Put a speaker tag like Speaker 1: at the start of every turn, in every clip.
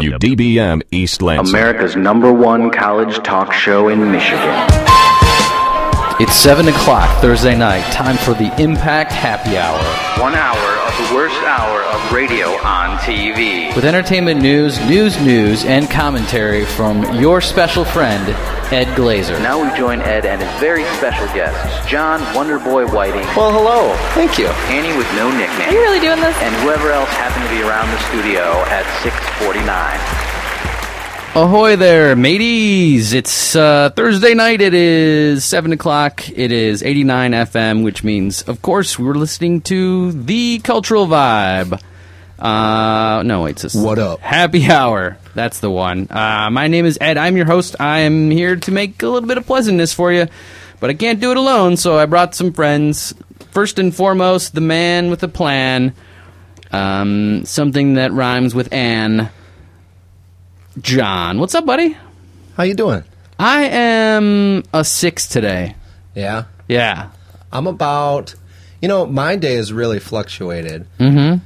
Speaker 1: WDBM East Lansing.
Speaker 2: America's number one college talk show in Michigan.
Speaker 3: It's 7 o'clock Thursday night, time for the Impact Happy Hour.
Speaker 2: One hour of the worst hour of radio on TV.
Speaker 3: With entertainment news, news, news, and commentary from your special friend, Ed Glazer.
Speaker 2: Now we join Ed and his very special guests, John Wonderboy Whiting,
Speaker 3: well, hello. Thank you.
Speaker 2: Annie with no
Speaker 4: Are you
Speaker 2: nickname,
Speaker 4: really doing this?
Speaker 2: and whoever else happened to be around the studio at 649.
Speaker 3: Ahoy there, mateys. It's uh, Thursday night. It is 7 o'clock. It is 89 FM, which means, of course, we're listening to The Cultural Vibe. Uh, no, wait. It's
Speaker 5: What up?
Speaker 3: Happy Hour. That's the one. Uh, my name is Ed. I'm your host. I'm here to make a little bit of pleasantness for you, but I can't do it alone, so I brought some friends. First and foremost, the man with a plan. Um, something that rhymes with Anne. John. What's up, buddy?
Speaker 5: How you doing?
Speaker 3: I am a six today.
Speaker 5: Yeah,
Speaker 3: Yeah.
Speaker 5: I'm about. You know, my day has really fluctuated. Mm-hmm.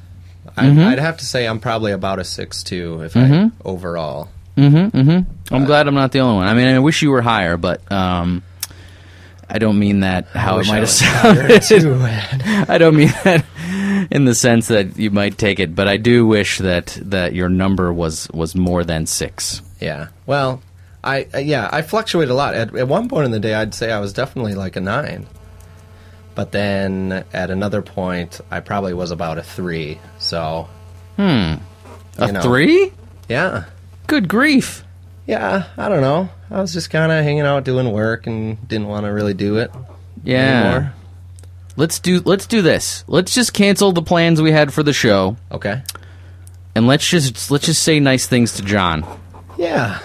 Speaker 5: I'd, I'd have to say I'm probably about a six two if I overall. Uh,
Speaker 3: I'm glad I'm not the only one. I mean, I wish you were higher, but um, I don't mean that how it
Speaker 5: wish
Speaker 3: might
Speaker 5: I
Speaker 3: have
Speaker 5: was
Speaker 3: sounded. I don't mean that in the sense that you might take it, but I do wish that that your number was was more than six.
Speaker 5: Yeah. Well, I I- yeah I fluctuate a lot. At, at one point in the day, I'd say I was definitely like a nine, but then at another point, I probably was about a three. So hmm,
Speaker 3: A three?
Speaker 5: Yeah.
Speaker 3: Good grief!
Speaker 5: Yeah, I don't know. I was just kind of hanging out doing work and didn't want to really do it
Speaker 3: Yeah.
Speaker 5: anymore.
Speaker 3: Let's do let's do this. Let's just cancel the plans we had for the show,
Speaker 5: Okay.
Speaker 3: and let's just let's just say nice things to John.
Speaker 5: Yeah.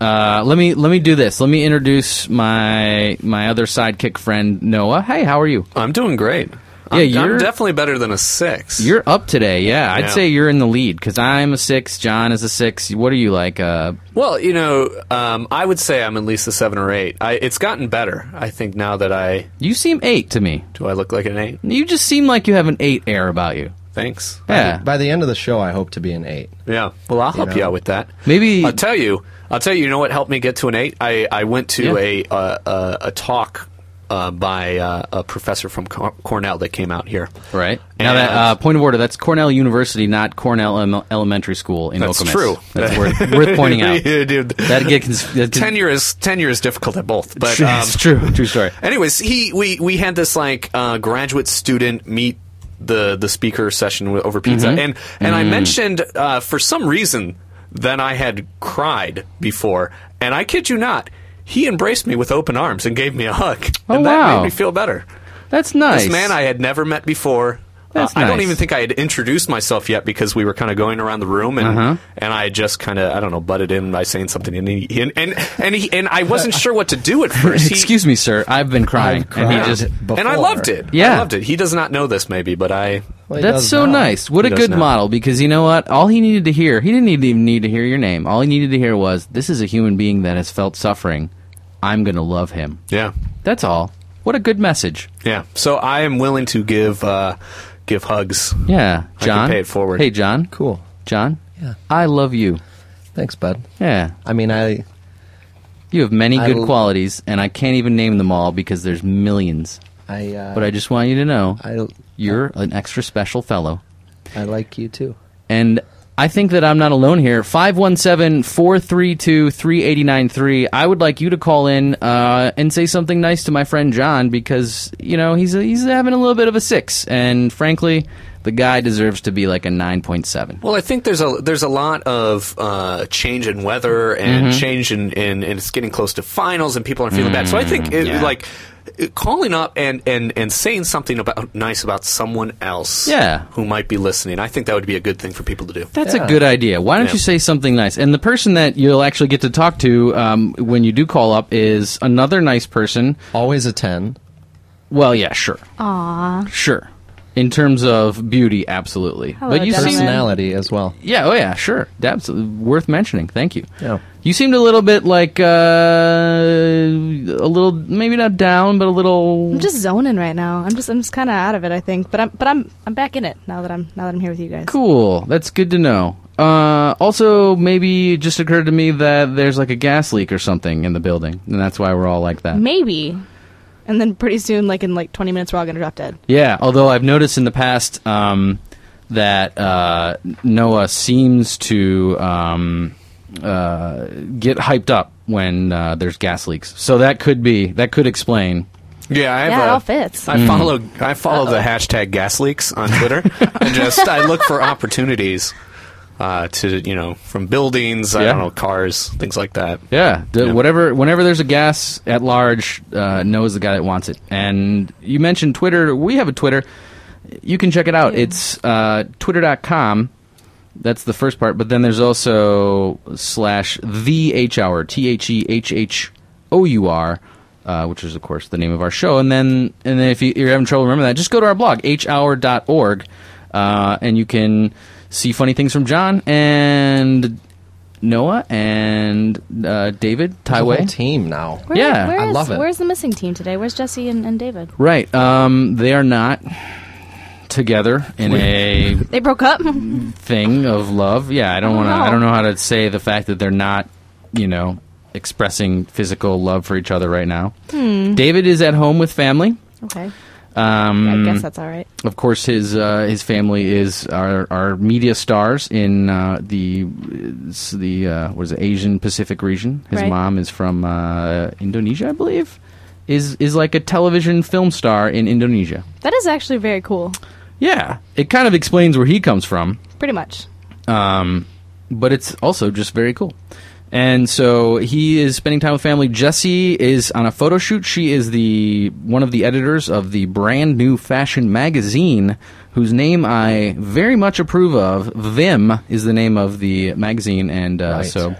Speaker 3: Uh, let me let me do this. Let me introduce my my other sidekick friend Noah. Hey, how are you?
Speaker 6: I'm doing great. I'm,
Speaker 3: Yeah,
Speaker 6: I'm
Speaker 3: you're-
Speaker 6: definitely better than a six.
Speaker 3: You're up today. Yeah, I'd
Speaker 6: Yeah.
Speaker 3: say you're in the lead because I'm a six. John is a six. What are you like? Uh,
Speaker 6: well, you know, um, I would say I'm at least a seven or eight. I, it's gotten better, I think, now that I
Speaker 3: you seem eight to me.
Speaker 6: do. I look like an eight.
Speaker 3: You just seem like you have an eight air about you.
Speaker 6: Thanks.
Speaker 3: Yeah,
Speaker 5: By the end of the show, I hope to be an eight.
Speaker 6: Yeah. Well, I'll help you,
Speaker 5: know.
Speaker 6: out with that.
Speaker 3: Maybe-
Speaker 6: I'll tell you. I'll tell you. You know what helped me get to an eight? I, I went to
Speaker 3: Yeah.
Speaker 6: a, uh, a a talk uh, by uh, a professor from Cor- Cornell that came out here.
Speaker 3: right. Now that uh, point of order, that's Cornell University, not Cornell Em- Elementary School in
Speaker 6: That's
Speaker 3: Okemos.
Speaker 6: true.
Speaker 3: That's worth, worth pointing out.
Speaker 6: Yeah, dude.
Speaker 3: That get cons- that get-
Speaker 6: tenure is tenure is difficult at both. But um,
Speaker 3: It's true. True story.
Speaker 6: Anyways, he we we had this like uh, graduate student meet the the speaker session wi- over pizza,
Speaker 3: Mm-hmm.
Speaker 6: and and I mentioned uh, for some reason that I had cried before, and I kid you not, he embraced me with open arms and gave me a hug,
Speaker 3: Oh,
Speaker 6: and that
Speaker 3: wow.
Speaker 6: made me feel better.
Speaker 3: That's nice,
Speaker 6: This man I had never met before. Uh,
Speaker 3: That's
Speaker 6: I don't
Speaker 3: nice.
Speaker 6: even think I had introduced myself yet because we were kind of going around the room and
Speaker 3: Uh-huh.
Speaker 6: and I just kind of I don't know butted in by saying something and he, and and and, he, and I wasn't sure what to do at first. He-
Speaker 3: Excuse me, sir. I've been crying, and
Speaker 5: cried.
Speaker 3: he just
Speaker 6: and I
Speaker 5: before.
Speaker 6: loved it.
Speaker 3: Yeah.
Speaker 6: I loved it. He does not know this, maybe, but I.
Speaker 5: Well, he
Speaker 3: That's
Speaker 5: does
Speaker 3: so
Speaker 5: now.
Speaker 3: nice. What a
Speaker 6: does
Speaker 3: good
Speaker 6: now.
Speaker 3: model because you know what? All he needed to hear, he didn't even need to hear your name. All he needed to hear was, this is a human being that has felt suffering. I'm going to love him.
Speaker 6: Yeah,
Speaker 3: That's all. What a good message.
Speaker 6: yeah. So I am willing to give uh, give hugs.
Speaker 3: Yeah.
Speaker 6: can
Speaker 3: John.
Speaker 6: pay it forward.
Speaker 3: Hey, John.
Speaker 5: Cool.
Speaker 3: John.
Speaker 5: Yeah.
Speaker 3: I love you.
Speaker 5: Thanks, bud.
Speaker 3: Yeah.
Speaker 5: I mean, I
Speaker 3: You have many
Speaker 5: I
Speaker 3: good
Speaker 5: l-
Speaker 3: qualities, and I can't even name them all because there's millions.
Speaker 5: I uh,
Speaker 3: But I just want you to know
Speaker 5: I
Speaker 3: you're an extra special fellow.
Speaker 5: I like you too.
Speaker 3: And I think that I'm not alone here. 517 432 3893. I would like you to call in uh, and say something nice to my friend John because, you know, he's, he's having a little bit of a six. And frankly, the guy deserves to be like a 9.7.
Speaker 6: Well, I think there's a there's a lot of uh, change in weather and
Speaker 3: Mm-hmm.
Speaker 6: change in, in and it's getting close to finals and people are feeling bad. So I
Speaker 3: Mm,
Speaker 6: think it, like it- calling up and, and, and saying something about nice about someone else
Speaker 3: Yeah.
Speaker 6: who might be listening. I think that would be a good thing for people to do.
Speaker 3: That's a
Speaker 5: Yeah.
Speaker 3: good idea. Why don't
Speaker 6: Yeah.
Speaker 3: you say something nice? And the person that you'll actually get to talk to um, when you do call up is another nice person.
Speaker 5: Always a ten.
Speaker 3: Well, yeah, sure. Aww. Sure. In terms of beauty, absolutely.
Speaker 4: Hello,
Speaker 3: but you seem
Speaker 4: gentlemen.
Speaker 5: Personality as well.
Speaker 3: Yeah, oh yeah, sure. That's worth mentioning. Thank you.
Speaker 5: Yeah.
Speaker 3: You seemed a little bit like uh, a little maybe not down, but a little.
Speaker 4: I'm just zoning right now. I'm just I'm just kind of out of it, I think. But I'm but I'm I'm back in it now that I'm now that I'm here with you guys.
Speaker 3: Cool. That's good to know. Uh, also, maybe it just occurred to me that there's like a gas leak or something in the building, and that's why we're all like that.
Speaker 4: Maybe. And then pretty soon, like in like 20 minutes, we're all gonna drop dead.
Speaker 3: Yeah, although I've noticed in the past um, that uh, Noah seems to um, uh, get hyped up when uh, there's gas leaks. So that could be that could explain.
Speaker 6: Yeah, I have
Speaker 4: Yeah, it
Speaker 6: a-
Speaker 4: all fits.
Speaker 3: Mm.
Speaker 6: I follow I follow the hashtag gas leaks on Twitter. I just I look for opportunities uh, to you know from buildings, I
Speaker 3: Yeah.
Speaker 6: don't know cars, things like that.
Speaker 3: Yeah, the,
Speaker 6: Yeah.
Speaker 3: whatever. Whenever there's a gas at large, uh, Noah's the guy that wants it. And you mentioned Twitter. We have a Twitter. You can check it out. It's uh, twitter.com. That's the first part. But then there's also slash the H hour, T H E H H O U R, uh, which is, of course, the name of our show. And then, and then if you, you're having trouble remembering that, just go to our blog, hhour.org, uh, and you can see funny things from John and Noah and uh, David
Speaker 5: The whole
Speaker 3: Tyway.
Speaker 5: team now.
Speaker 4: Where,
Speaker 3: Yeah,
Speaker 4: where
Speaker 5: I
Speaker 4: is-
Speaker 5: love it.
Speaker 4: Where's the missing team today? Where's Jesse and, and David?
Speaker 3: Right. Um, they are not together in a
Speaker 4: They broke up.
Speaker 3: thing of love. Yeah, I don't want to.
Speaker 4: Oh, no.
Speaker 3: I don't know how to say the fact that they're not, you know, expressing physical love for each other right now.
Speaker 4: Hmm.
Speaker 3: David is at home with family.
Speaker 4: okay,
Speaker 3: Um,
Speaker 4: I guess that's all right.
Speaker 3: of course, his uh, his family is our, our media stars in uh, the it's the uh, what is it, Asian Pacific region. His
Speaker 4: Right.
Speaker 3: mom is from uh, Indonesia, I believe. Is is like a television film star in Indonesia.
Speaker 4: That is actually very cool.
Speaker 3: Yeah, it kind of explains where he comes from.
Speaker 4: Pretty much.
Speaker 3: Um, but it's also just very cool. And so he is spending time with family. Jessie is on a photo shoot. She is the one of the editors of the brand new fashion magazine, whose name I very much approve of. Vim is the name of the magazine, and uh,
Speaker 5: Right.
Speaker 3: so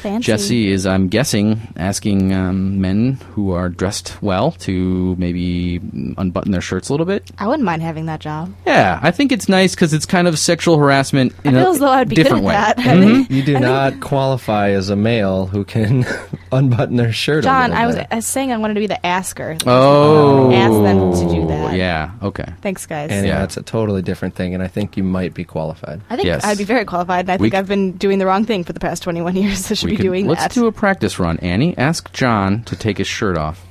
Speaker 4: Fancy.
Speaker 3: Jesse is, I'm guessing, asking um, men who are dressed well to maybe unbutton their shirts a little bit.
Speaker 4: I wouldn't mind having that job.
Speaker 3: Yeah, I think it's nice because it's kind of sexual harassment in
Speaker 4: I
Speaker 3: a
Speaker 4: feel as though I'd be good
Speaker 3: different
Speaker 4: at
Speaker 3: way.
Speaker 4: that.
Speaker 3: Mm-hmm.
Speaker 5: You do not qualify as a male who can unbutton their shirt. a
Speaker 4: John,
Speaker 5: little
Speaker 4: I was,
Speaker 5: bit.
Speaker 4: I was saying I wanted to be the asker.
Speaker 3: Oh,
Speaker 4: Ask them to do that.
Speaker 3: Yeah. Okay.
Speaker 4: Thanks, guys.
Speaker 5: And yeah,
Speaker 3: Yeah.
Speaker 5: it's a totally different thing, and I think you might be qualified.
Speaker 4: I think
Speaker 3: Yes.
Speaker 4: I'd be very qualified, and I
Speaker 3: We
Speaker 4: think
Speaker 3: c-
Speaker 4: I've been doing the wrong thing for the past 21 years. I should
Speaker 3: We
Speaker 4: be
Speaker 3: could-
Speaker 4: doing
Speaker 3: let's
Speaker 4: that.
Speaker 3: do a practice run, Annie. Ask John to take his shirt off.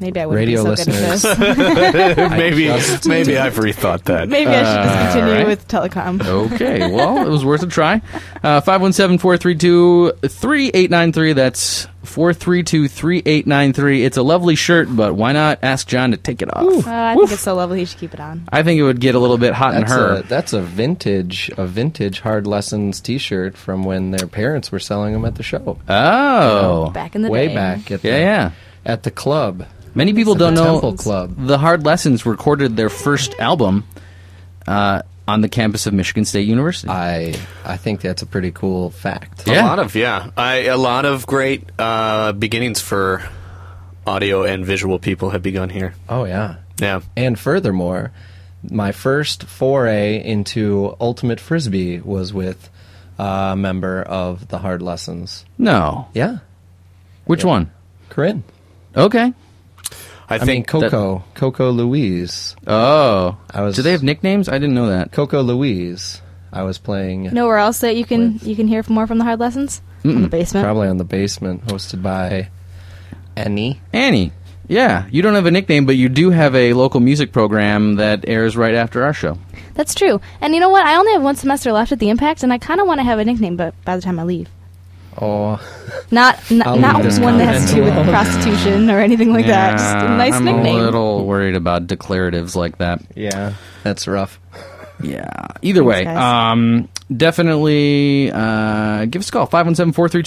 Speaker 4: Maybe I wouldn't
Speaker 5: Radio
Speaker 4: be so good at this.
Speaker 6: maybe maybe I've rethought that.
Speaker 4: Maybe I should
Speaker 5: Uh,
Speaker 4: just continue
Speaker 3: right.
Speaker 4: with telecom.
Speaker 5: Oh.
Speaker 3: Okay. Well, it was worth a try. Uh, Five one seven four three two three eight nine three. That's four three two three eight nine three. It's a lovely shirt, but why not ask John to take it off?
Speaker 4: Oh, I think it's so lovely. You should keep it on.
Speaker 3: I think it would get a little bit hot in
Speaker 5: That's
Speaker 3: her.
Speaker 5: a, that's a vintage a vintage hard lessons T-shirt from when their parents were selling them at the show.
Speaker 3: oh.
Speaker 4: Back in the
Speaker 5: way
Speaker 4: day.
Speaker 5: back at
Speaker 3: Yeah.
Speaker 5: the,
Speaker 3: Yeah.
Speaker 5: at the club.
Speaker 3: Many people
Speaker 5: At the
Speaker 3: don't know
Speaker 5: Temple Club.
Speaker 3: the Hard Lessons recorded their first album uh, on the campus of Michigan State University.
Speaker 5: I I think that's a pretty cool fact.
Speaker 3: Yeah.
Speaker 6: A lot of yeah, I, a lot of great uh, beginnings for audio and visual people have begun here.
Speaker 5: Oh yeah.
Speaker 6: Yeah,
Speaker 5: And furthermore, my first foray into ultimate frisbee was with uh, a member of the Hard Lessons.
Speaker 3: no,
Speaker 5: Yeah,
Speaker 3: which one?
Speaker 5: Corinne.
Speaker 3: Okay.
Speaker 6: I,
Speaker 5: I mean
Speaker 6: think
Speaker 5: Coco, Coco Louise,
Speaker 3: Oh,
Speaker 5: I was-
Speaker 3: do they have nicknames? I didn't know that.
Speaker 5: Coco Louise. I was playing
Speaker 4: Nowhere else that you can you can hear from more from the hard lessons in the basement.
Speaker 5: probably on the basement, hosted by Annie.
Speaker 3: Annie. Yeah, you don't have a nickname, but you do have a local music program that airs right after our show.
Speaker 4: That's true. And you know what? I only have one semester left at the Impact, and I kind of want to have a nickname, but by the time I leave,
Speaker 5: Oh,
Speaker 4: not n-
Speaker 5: I'll
Speaker 4: not
Speaker 5: leave this
Speaker 4: one that has to do with
Speaker 5: comment
Speaker 4: prostitution or anything like that. Just a
Speaker 3: Yeah,
Speaker 4: nice
Speaker 3: I'm
Speaker 4: nickname.
Speaker 3: a little worried about declaratives like that.
Speaker 5: yeah, that's rough.
Speaker 3: Yeah. Either way,
Speaker 4: Thanks, guys.
Speaker 3: um, definitely uh, give us a call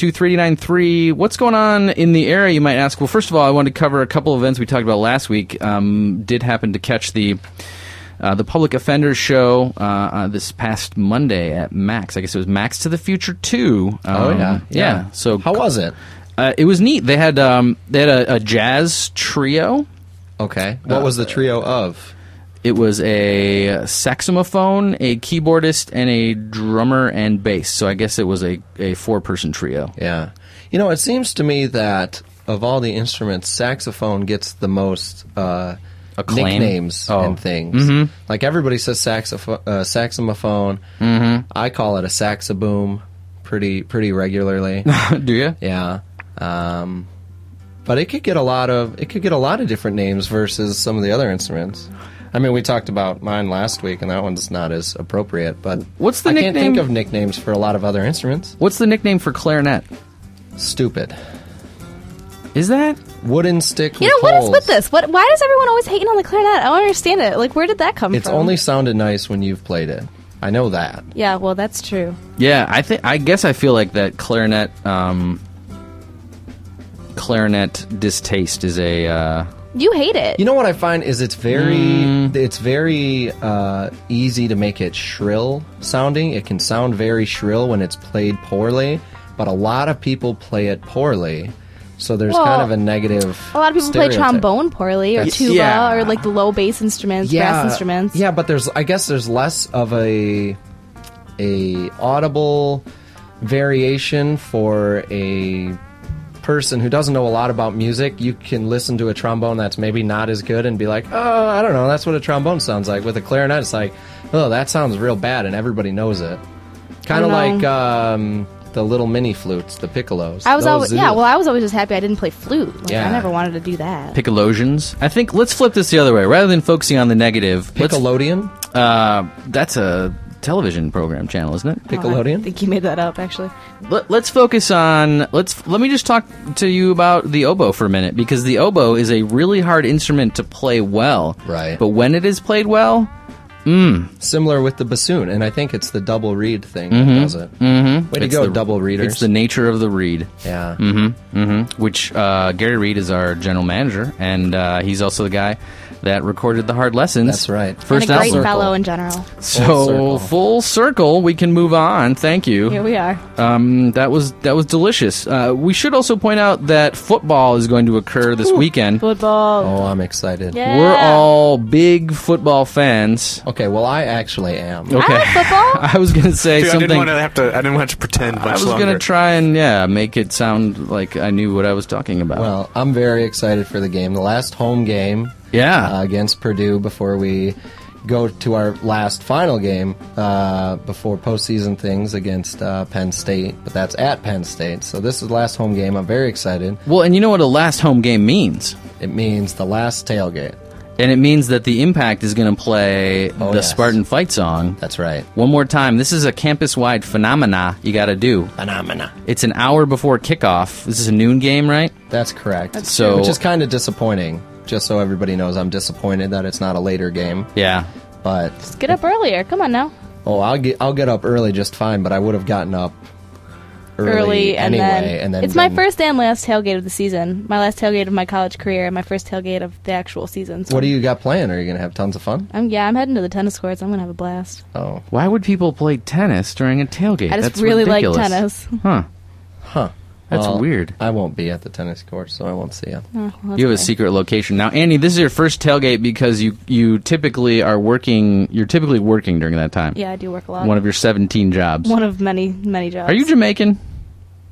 Speaker 3: 517-432-3893. What's going on in the area? You might ask. Well, first of all, I wanted to cover a couple of events we talked about last week. Um, did happen to catch the uh, the Public Offenders show uh, uh, this past Monday at Max. I guess it was Max to the Future Two.
Speaker 5: Oh
Speaker 3: Um,
Speaker 5: yeah,
Speaker 3: yeah. So
Speaker 5: how was it?
Speaker 3: uh, it was neat. They had um, they had a, a jazz trio.
Speaker 5: Okay, what was the trio of?
Speaker 3: It was a saxophone, a keyboardist, and a drummer and bass. So I guess it was a, a four person trio.
Speaker 5: Yeah. You know, it seems to me that of all the instruments, saxophone gets the most uh,
Speaker 3: Acclaim?
Speaker 5: nicknames
Speaker 3: Oh.
Speaker 5: and things. Like everybody says saxophone, uh, saxophone. Mm-hmm. I call it a saxaboom pretty pretty regularly.
Speaker 3: Do you?
Speaker 5: yeah. Um, but it could get a lot of it could get a lot of different names versus some of the other instruments. I mean, we talked about mine last week, and that one's not as appropriate. But
Speaker 3: What's the
Speaker 5: I can't think
Speaker 3: nickname-
Speaker 5: of nicknames for a lot of other instruments.
Speaker 3: What's the nickname for clarinet?
Speaker 5: Stupid.
Speaker 3: Is that?
Speaker 5: wooden stick.
Speaker 4: You know
Speaker 5: with
Speaker 4: what is
Speaker 5: holes.
Speaker 4: with this? What? Why does everyone always hating on the clarinet? I don't understand it. Like, where did that come
Speaker 5: It's
Speaker 4: from?
Speaker 5: only sounded nice when you've played it. I know that.
Speaker 4: Yeah, well, that's true.
Speaker 3: Yeah, I think I guess I feel like that clarinet um, clarinet distaste is a uh,
Speaker 4: You hate it.
Speaker 5: You know what I find is it's very
Speaker 4: Mm.
Speaker 5: it's very uh, easy to make it shrill sounding. It can sound very shrill when it's played poorly, but a lot of people play it poorly. So there's
Speaker 4: Well,
Speaker 5: kind of a negative.
Speaker 4: a lot of people play
Speaker 5: stereotype.
Speaker 4: trombone poorly, or
Speaker 5: That's-
Speaker 4: tuba,
Speaker 3: Yeah.
Speaker 4: or like the low bass instruments, brass instruments.
Speaker 5: Yeah, but there's I guess there's less of a a audible variation for a person who doesn't know a lot about music. You can listen to a trombone that's maybe not as good and be like, "Oh, I don't know, that's what a trombone sounds like." With a clarinet, it's like, "Oh, that sounds real bad," and everybody knows it. Kind of
Speaker 4: know.
Speaker 5: like um, the little mini flutes, the piccolos.
Speaker 4: I was
Speaker 5: Those-
Speaker 4: always yeah. Well, I was always just happy I didn't play flute. Like,
Speaker 5: Yeah.
Speaker 4: I never wanted to do that.
Speaker 3: piccolosians. I think let's flip this the other way. Rather than focusing on the negative, let's-
Speaker 5: Piccolodion?
Speaker 4: Oh,
Speaker 3: uh, that's a television program channel, isn't it?
Speaker 4: Oh, I
Speaker 5: Piccolodion?
Speaker 4: think you made that up, actually.
Speaker 3: Let, let's focus on let's let me just talk to you about the oboe for a minute because the oboe is a really hard instrument to play well.
Speaker 5: Right.
Speaker 3: But when it is played well,
Speaker 5: Similar with the bassoon, and I think it's the double reed thing that does it. Mm-hmm. Way to
Speaker 3: it's
Speaker 5: go,
Speaker 3: the-
Speaker 5: double readers.
Speaker 3: It's the Mm-hmm. nature of the reed.
Speaker 5: Yeah.
Speaker 3: which uh, Gary Reed is our general manager, and uh, he's also the guy that recorded the hard lessons.
Speaker 5: That's right.
Speaker 3: First
Speaker 4: and a great
Speaker 3: album.
Speaker 4: fellow in general.
Speaker 3: So
Speaker 5: Full
Speaker 3: full
Speaker 5: circle.
Speaker 3: circle. we can move on. Thank you.
Speaker 4: Here we are.
Speaker 3: Um, that was that was delicious. Uh, we should also point out that football is going to occur this weekend.
Speaker 4: Football.
Speaker 5: Oh, I'm excited.
Speaker 4: Yeah.
Speaker 3: We're all big football fans.
Speaker 5: Okay, well, I actually am.
Speaker 4: I like football.
Speaker 3: I was going to say
Speaker 6: Dude, I
Speaker 3: something.
Speaker 6: didn't want to have to. I didn't want to pretend much
Speaker 3: I was
Speaker 6: longer.
Speaker 3: to try and yeah, make it sound like I knew what I was talking about.
Speaker 5: Well, I'm very excited for the game. The last home game
Speaker 3: yeah.
Speaker 5: uh, against Purdue before we go to our last final game uh, before postseason things against uh, Penn State, but that's at Penn State. So this is the last home game. I'm very excited.
Speaker 3: well, and you know what a last home game means?
Speaker 5: It means the last tailgate.
Speaker 3: And it means that the impact is going to play
Speaker 5: Oh,
Speaker 3: the
Speaker 5: yes.
Speaker 3: Spartan fight song
Speaker 5: That's right.
Speaker 3: one more time. This is a campus-wide phenomena you got to do.
Speaker 5: Phenomena.
Speaker 3: It's an hour before kickoff. This is a noon game, right?
Speaker 5: That's correct. That's
Speaker 3: So-
Speaker 5: Which is kind of disappointing. Just so everybody knows, I'm disappointed that it's not a later game.
Speaker 3: Yeah.
Speaker 5: But
Speaker 4: Get up earlier. Come on now.
Speaker 5: Oh, I'll get I'll get up early just fine, but I would have gotten up early,
Speaker 4: Early, and,
Speaker 5: anyway,
Speaker 4: then,
Speaker 5: and then
Speaker 4: it's my
Speaker 5: been-
Speaker 4: first and last tailgate of the season. My last tailgate of my college career, and my first tailgate of the actual season. So
Speaker 5: What do you got planned? Are you gonna have tons of fun?
Speaker 4: I'm, yeah, I'm heading to the tennis courts. I'm gonna have a blast.
Speaker 5: Oh,
Speaker 3: Why would people play tennis during a tailgate?
Speaker 4: I just
Speaker 3: That's
Speaker 4: really like
Speaker 3: ridiculous.
Speaker 4: tennis.
Speaker 3: Huh.
Speaker 5: huh.
Speaker 3: That's
Speaker 5: Well,
Speaker 3: weird.
Speaker 5: I won't be at the tennis court, so I won't see you.
Speaker 4: Oh. Uh,
Speaker 3: You have a secret location now, Andy. This is your first tailgate because you you typically are working. You're typically working during that time.
Speaker 4: Yeah, I do work a lot.
Speaker 3: One of your 17 jobs.
Speaker 4: One of many many jobs.
Speaker 3: Are you Jamaican?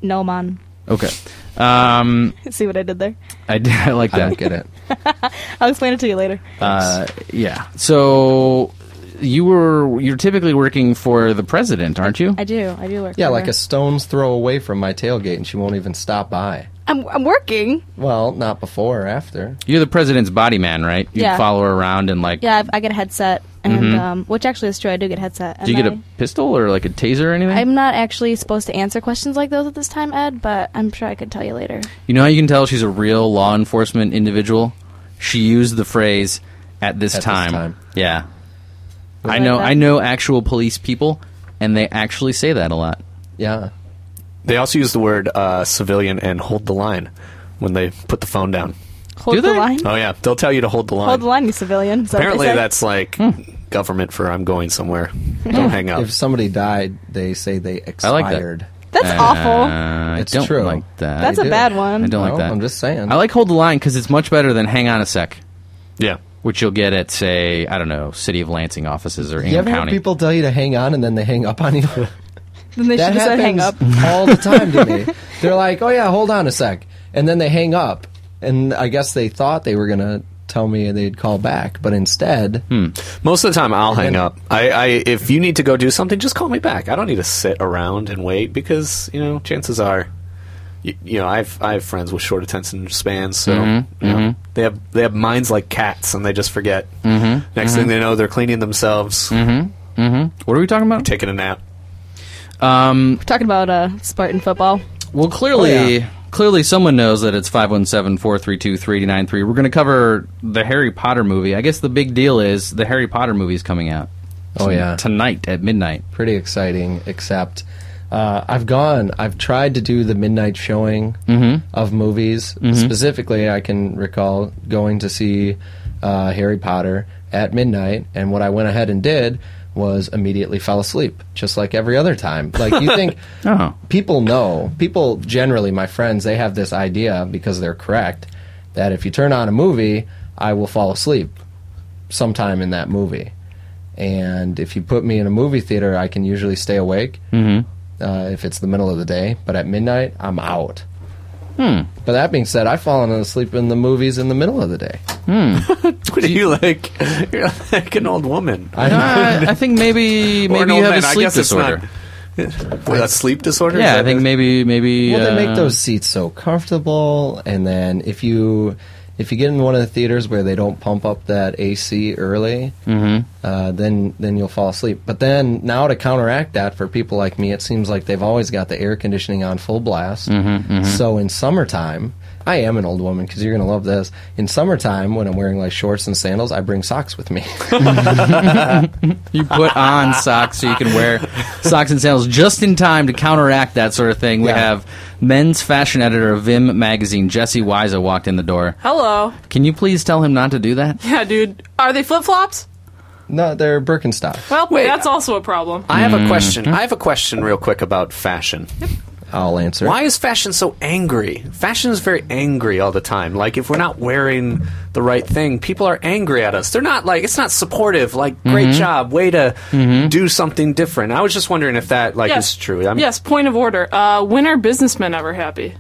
Speaker 4: No man.
Speaker 3: Okay. Um,
Speaker 4: See what I did there?
Speaker 3: I, did- I like
Speaker 5: I don't
Speaker 3: that.
Speaker 5: get it.
Speaker 4: I'll explain it to you later.
Speaker 3: Uh, yeah. So you were you're typically working for the president, aren't you?
Speaker 4: I do. I do work.
Speaker 5: Yeah,
Speaker 4: for
Speaker 5: like
Speaker 4: her.
Speaker 5: a stone's throw away from my tailgate, and she won't even stop by.
Speaker 4: I'm I'm working.
Speaker 5: Well, not before or after.
Speaker 3: You're the president's body man, right? You
Speaker 4: Yeah.
Speaker 3: follow her around and like.
Speaker 4: Yeah, I've, I get a headset, and um, which actually is true. I do get a headset. And
Speaker 3: Mm-hmm. Do you get
Speaker 4: I-
Speaker 3: a pistol or like a taser or anything?
Speaker 4: I'm not actually supposed to answer questions like those at this time, Ed, but I'm sure I could tell you later.
Speaker 3: you know how you can tell she's a real law enforcement individual. She used the phrase "at this,
Speaker 5: At this
Speaker 3: time.
Speaker 5: time.
Speaker 3: Yeah. I
Speaker 4: like
Speaker 3: know.
Speaker 4: that.
Speaker 3: I know actual police people, and they actually say that a lot.
Speaker 5: Yeah,
Speaker 6: They also use the word uh, civilian and hold the line when they put the phone down.
Speaker 4: Hold
Speaker 3: Do
Speaker 4: the
Speaker 3: they?
Speaker 4: line.
Speaker 6: Oh yeah, they'll tell you to hold the line.
Speaker 4: Hold the line, you civilian. Is that what they
Speaker 6: Apparently,
Speaker 4: say?
Speaker 6: that's like
Speaker 3: Hmm.
Speaker 6: government for I'm going somewhere. Don't hang up.
Speaker 5: if somebody died, they say they
Speaker 3: Oh. I like that.
Speaker 5: expired.
Speaker 4: that's awful.
Speaker 3: Uh,
Speaker 5: It's
Speaker 3: I don't
Speaker 5: true.
Speaker 3: like that.
Speaker 4: That's
Speaker 5: I
Speaker 4: a
Speaker 5: do.
Speaker 4: bad
Speaker 3: I
Speaker 4: one.
Speaker 3: don't like
Speaker 5: Well,
Speaker 3: that.
Speaker 5: I'm just saying.
Speaker 3: I like hold the line because it's much better than hang on a sec.
Speaker 6: Yeah.
Speaker 3: which you'll get at say I don't know City of Lansing offices or
Speaker 5: You
Speaker 3: Ingham
Speaker 5: ever have
Speaker 3: County.
Speaker 5: people tell you to hang on and then they hang up on you?
Speaker 4: Then they should
Speaker 5: that
Speaker 4: have said
Speaker 5: happens
Speaker 4: hang up.
Speaker 5: all the time to me. They're like, "Oh yeah, hold on a sec," and then they hang up. And I guess they thought they were gonna tell me they'd call back, but instead,
Speaker 6: Most of the time, I'll hang up. I, I if you need to go do something, just call me back. I don't need to sit around and wait because you know chances are, you, you know I've I have friends with short attention spans, so
Speaker 3: Mm-hmm.
Speaker 6: you know, they have they have minds like cats and they just forget. Mm-hmm, Next thing they know, they're cleaning themselves,
Speaker 3: Mm-hmm. what are we talking about?
Speaker 6: taking a nap.
Speaker 3: Um,
Speaker 4: We're talking about uh, Spartan football.
Speaker 3: well, clearly,
Speaker 5: Oh, yeah.
Speaker 3: clearly, someone knows that it's 517-432-3893. We're going to cover the Harry Potter movie. I guess the big deal is the Harry Potter movie is coming out.
Speaker 5: Oh, yeah.
Speaker 3: tonight at midnight.
Speaker 5: pretty exciting. Except, uh, I've gone. I've tried to do the midnight showing of movies. Specifically, I can recall going to see uh, Harry Potter at midnight, and what I went ahead and did was immediately fell asleep, just like every other time. Like you think.
Speaker 3: Oh,
Speaker 5: people know people generally my friends they have this idea because they're correct that if you turn on a movie i will fall asleep sometime in that movie and if you put me in a movie theater i can usually stay awake uh, if it's the middle of the day but at midnight i'm out but that being said i've fallen asleep in the movies in the middle of the day
Speaker 6: What are you like? You're like an old woman.
Speaker 5: I know.
Speaker 3: I, I think maybe
Speaker 6: Or an
Speaker 3: maybe you
Speaker 6: old
Speaker 3: have
Speaker 6: man.
Speaker 3: a
Speaker 6: I
Speaker 3: sleep
Speaker 6: guess it's not-
Speaker 3: disorder.
Speaker 6: With a sleep disorder? Is
Speaker 3: Yeah, I
Speaker 6: that
Speaker 3: think
Speaker 6: it?
Speaker 3: maybe maybe.
Speaker 5: Well, they
Speaker 3: uh,
Speaker 5: make those seats so comfortable, and then if you if you get in one of the theaters where they don't pump up that AC early,
Speaker 7: Mm-hmm.
Speaker 5: uh, then then you'll fall asleep. But then now to counteract that for people like me, it seems like they've always got the air conditioning on full blast.
Speaker 7: Mm-hmm,
Speaker 5: So in summertime. I am an old woman because you're going to love this. In summertime, when I'm wearing like shorts and sandals, I bring socks with me.
Speaker 3: You put on socks so you can wear socks and sandals just in time to counteract that sort of thing. We
Speaker 5: Yeah.
Speaker 3: have men's fashion editor of Vim magazine, Jesse Weiza, walked in the door.
Speaker 7: Hello.
Speaker 3: Can you please tell him not to do that?
Speaker 7: Yeah, dude. Are they flip flops?
Speaker 5: no, they're Birkenstocks.
Speaker 7: Well,
Speaker 6: Wait.
Speaker 7: that's also a problem.
Speaker 6: I have a question. I have a question, real quick, about fashion.
Speaker 5: I'll answer.
Speaker 6: Why is fashion so angry? Fashion is very angry all the time. Like if we're not wearing the right thing, people are angry at us. They're not like it's not supportive. Like great
Speaker 7: Mm-hmm.
Speaker 6: job, way to do something different. I was just wondering if that like is true. I'm
Speaker 7: yes, point of order. Uh, when are businessmen ever happy?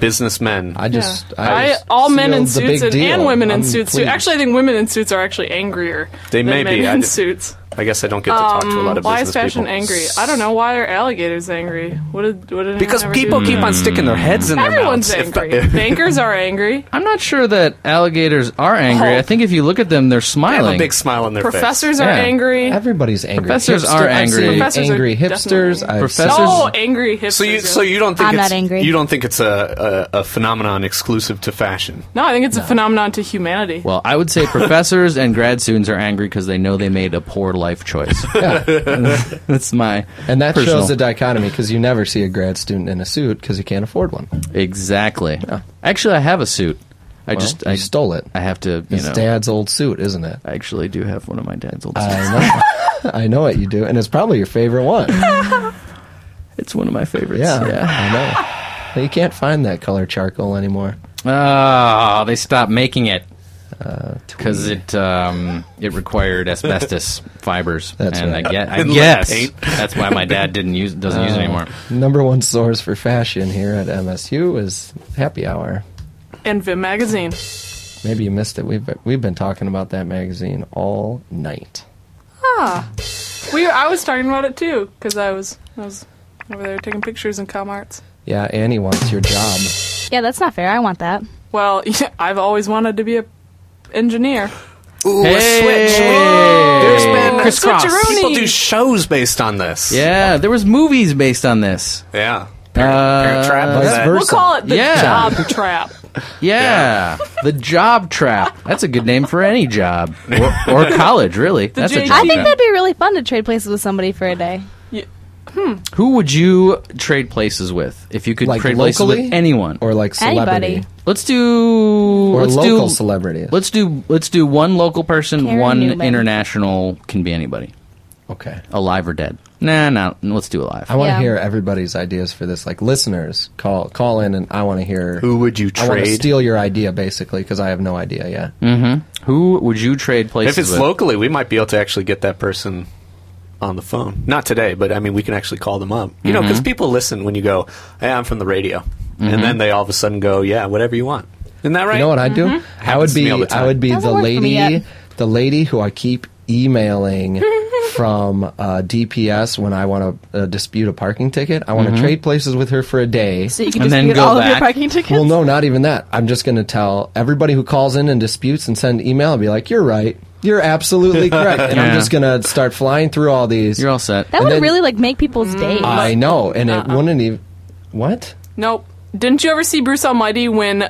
Speaker 6: businessmen.
Speaker 5: I just, I,
Speaker 7: I,
Speaker 5: just
Speaker 7: all men in
Speaker 5: sealed the
Speaker 7: suits
Speaker 5: big
Speaker 7: and,
Speaker 5: deal.
Speaker 7: and women in
Speaker 5: I'm
Speaker 7: suits too.
Speaker 5: pleased.
Speaker 7: Actually, I think women in suits are actually angrier.
Speaker 6: They
Speaker 7: than
Speaker 6: may
Speaker 7: men
Speaker 6: be. I
Speaker 7: in
Speaker 6: did-
Speaker 7: suits.
Speaker 6: I guess I don't get to talk to a lot of
Speaker 7: Um, Why is
Speaker 6: business
Speaker 7: fashion
Speaker 6: people.
Speaker 7: angry? I don't know. Why are alligators angry? What did what did
Speaker 6: Because
Speaker 7: anyone ever do?
Speaker 6: people keep on sticking their heads in
Speaker 7: Everyone's
Speaker 6: their mouths. If-
Speaker 7: angry. Bankers are angry.
Speaker 3: I'm not sure that alligators are angry.
Speaker 7: Oh.
Speaker 3: I think if you look at them, they're
Speaker 6: They have a
Speaker 3: smiling.
Speaker 6: big smile on their
Speaker 7: Professors
Speaker 3: Yeah.
Speaker 7: are angry.
Speaker 5: Everybody's angry.
Speaker 3: Professors are
Speaker 5: I've seen
Speaker 3: angry.
Speaker 7: Professors are
Speaker 5: angry hipsters.
Speaker 7: definitely
Speaker 5: I've
Speaker 3: Professors-
Speaker 5: seen-
Speaker 7: Oh, angry hipsters.
Speaker 6: face. So you
Speaker 7: yeah.
Speaker 6: so you don't think
Speaker 4: I'm
Speaker 6: it's,
Speaker 4: not angry.
Speaker 6: you don't think it's a, a, a phenomenon exclusive to fashion.
Speaker 7: no, I think it's a phenomenon to humanity.
Speaker 3: well, I would say professors and grad students are angry because they know they made a poor life choice. That's my
Speaker 5: and that
Speaker 3: personal.
Speaker 5: shows the dichotomy because you never see a grad student in a suit because you can't afford one.
Speaker 3: exactly. Actually, I have a suit. I
Speaker 5: Well,
Speaker 3: just
Speaker 5: you
Speaker 3: I
Speaker 5: stole it.
Speaker 3: I have to. You
Speaker 5: It's
Speaker 3: know,
Speaker 5: dad's old suit, isn't it?
Speaker 3: I actually do have one of my dad's old. suits.
Speaker 5: I know. I know what you do, and it's probably your favorite one.
Speaker 3: It's one of my favorites.
Speaker 5: Yeah, I know. But you can't find that color charcoal anymore.
Speaker 3: Oh, they stopped making it
Speaker 5: Uh,
Speaker 3: because it um, it required asbestos fibers,
Speaker 5: That's
Speaker 3: and
Speaker 5: right. Oh.
Speaker 3: I, get, I
Speaker 6: And lead
Speaker 3: guess
Speaker 6: paint.
Speaker 3: that's why my dad didn't use doesn't use it anymore.
Speaker 5: Number one source for fashion here at MSU is Happy Hour.
Speaker 7: And Vim magazine.
Speaker 5: Maybe you missed it. We've we've been talking about that magazine all night.
Speaker 7: We were, I was talking about it too because I was I was over there taking pictures in ComArts.
Speaker 5: Yeah, Annie wants your job.
Speaker 4: Yeah, that's not fair. I want that.
Speaker 7: Well, yeah, I've always wanted to be a engineer.
Speaker 6: Ooh,
Speaker 3: Hey!
Speaker 6: There's been
Speaker 3: Crisscross.
Speaker 6: People
Speaker 7: Switcheroonie.
Speaker 6: do shows based on this.
Speaker 3: Yeah, there was movies based on this.
Speaker 6: Yeah.
Speaker 3: Uh,
Speaker 6: Trap was
Speaker 5: vice
Speaker 6: that-
Speaker 5: versa.
Speaker 7: We'll call it the
Speaker 3: Yeah.
Speaker 7: job trap.
Speaker 3: Yeah, the job trap. That's a good name for any job or, or college, really. That's a
Speaker 7: JT.
Speaker 3: job
Speaker 4: I think
Speaker 3: trap.
Speaker 4: that'd be really fun to trade places with somebody for a day.
Speaker 3: Who would you trade places with if you could
Speaker 5: Like
Speaker 3: trade places
Speaker 5: locally?
Speaker 3: with anyone?
Speaker 5: or like celebrity
Speaker 4: Anybody.
Speaker 3: let's do
Speaker 5: or
Speaker 3: let's
Speaker 5: local
Speaker 3: do,
Speaker 5: celebrity.
Speaker 3: Let's do let's do one local person,
Speaker 4: Karen
Speaker 3: one
Speaker 4: Newman.
Speaker 3: international can be anybody.
Speaker 5: Okay.
Speaker 3: Alive or dead? Nah, no. Let's do alive.
Speaker 5: I want to
Speaker 4: Yeah.
Speaker 5: hear everybody's ideas for this. Like listeners, call call in, and I want to hear
Speaker 6: Who would you
Speaker 5: I want to
Speaker 6: trade?
Speaker 5: steal your idea basically because I have no idea yet.
Speaker 3: Who would you trade places
Speaker 6: If it's
Speaker 3: with?
Speaker 6: locally, we might be able to actually get that person on the phone. Not today, but I mean, we can actually call them up. You know, 'cause know,
Speaker 5: Mm-hmm.
Speaker 6: because people listen when you go, "Hey, I'm from the radio," and then they all of a sudden go, "Yeah, whatever you want." Isn't that right?
Speaker 5: You know what I'd do? I
Speaker 6: Happens
Speaker 5: would
Speaker 6: to me
Speaker 5: be
Speaker 6: all the time.
Speaker 5: I would be
Speaker 4: Mm-hmm. Doesn't
Speaker 5: the
Speaker 4: work for me yet.
Speaker 5: lady the lady who I keep emailing from uh, DPS when I want to uh, dispute a parking ticket. I
Speaker 4: Mm-hmm.
Speaker 5: want to trade places with her for a day.
Speaker 4: So you can
Speaker 3: And
Speaker 4: just
Speaker 3: then
Speaker 4: get
Speaker 3: go
Speaker 4: all of your
Speaker 3: back.
Speaker 4: parking tickets.
Speaker 5: Well, no, not even that. I'm just going to tell everybody who calls in and disputes and send email and be like, "You're right. You're absolutely correct." And I'm
Speaker 3: Yeah.
Speaker 5: just going to start flying through all these.
Speaker 3: You're all set.
Speaker 4: That
Speaker 5: And
Speaker 4: would
Speaker 5: then-
Speaker 4: really like make
Speaker 6: Mm.
Speaker 4: people's days.
Speaker 5: I know, and it
Speaker 6: uh-uh.
Speaker 5: wouldn't even. What?
Speaker 7: Nope. Didn't you ever see Bruce Almighty when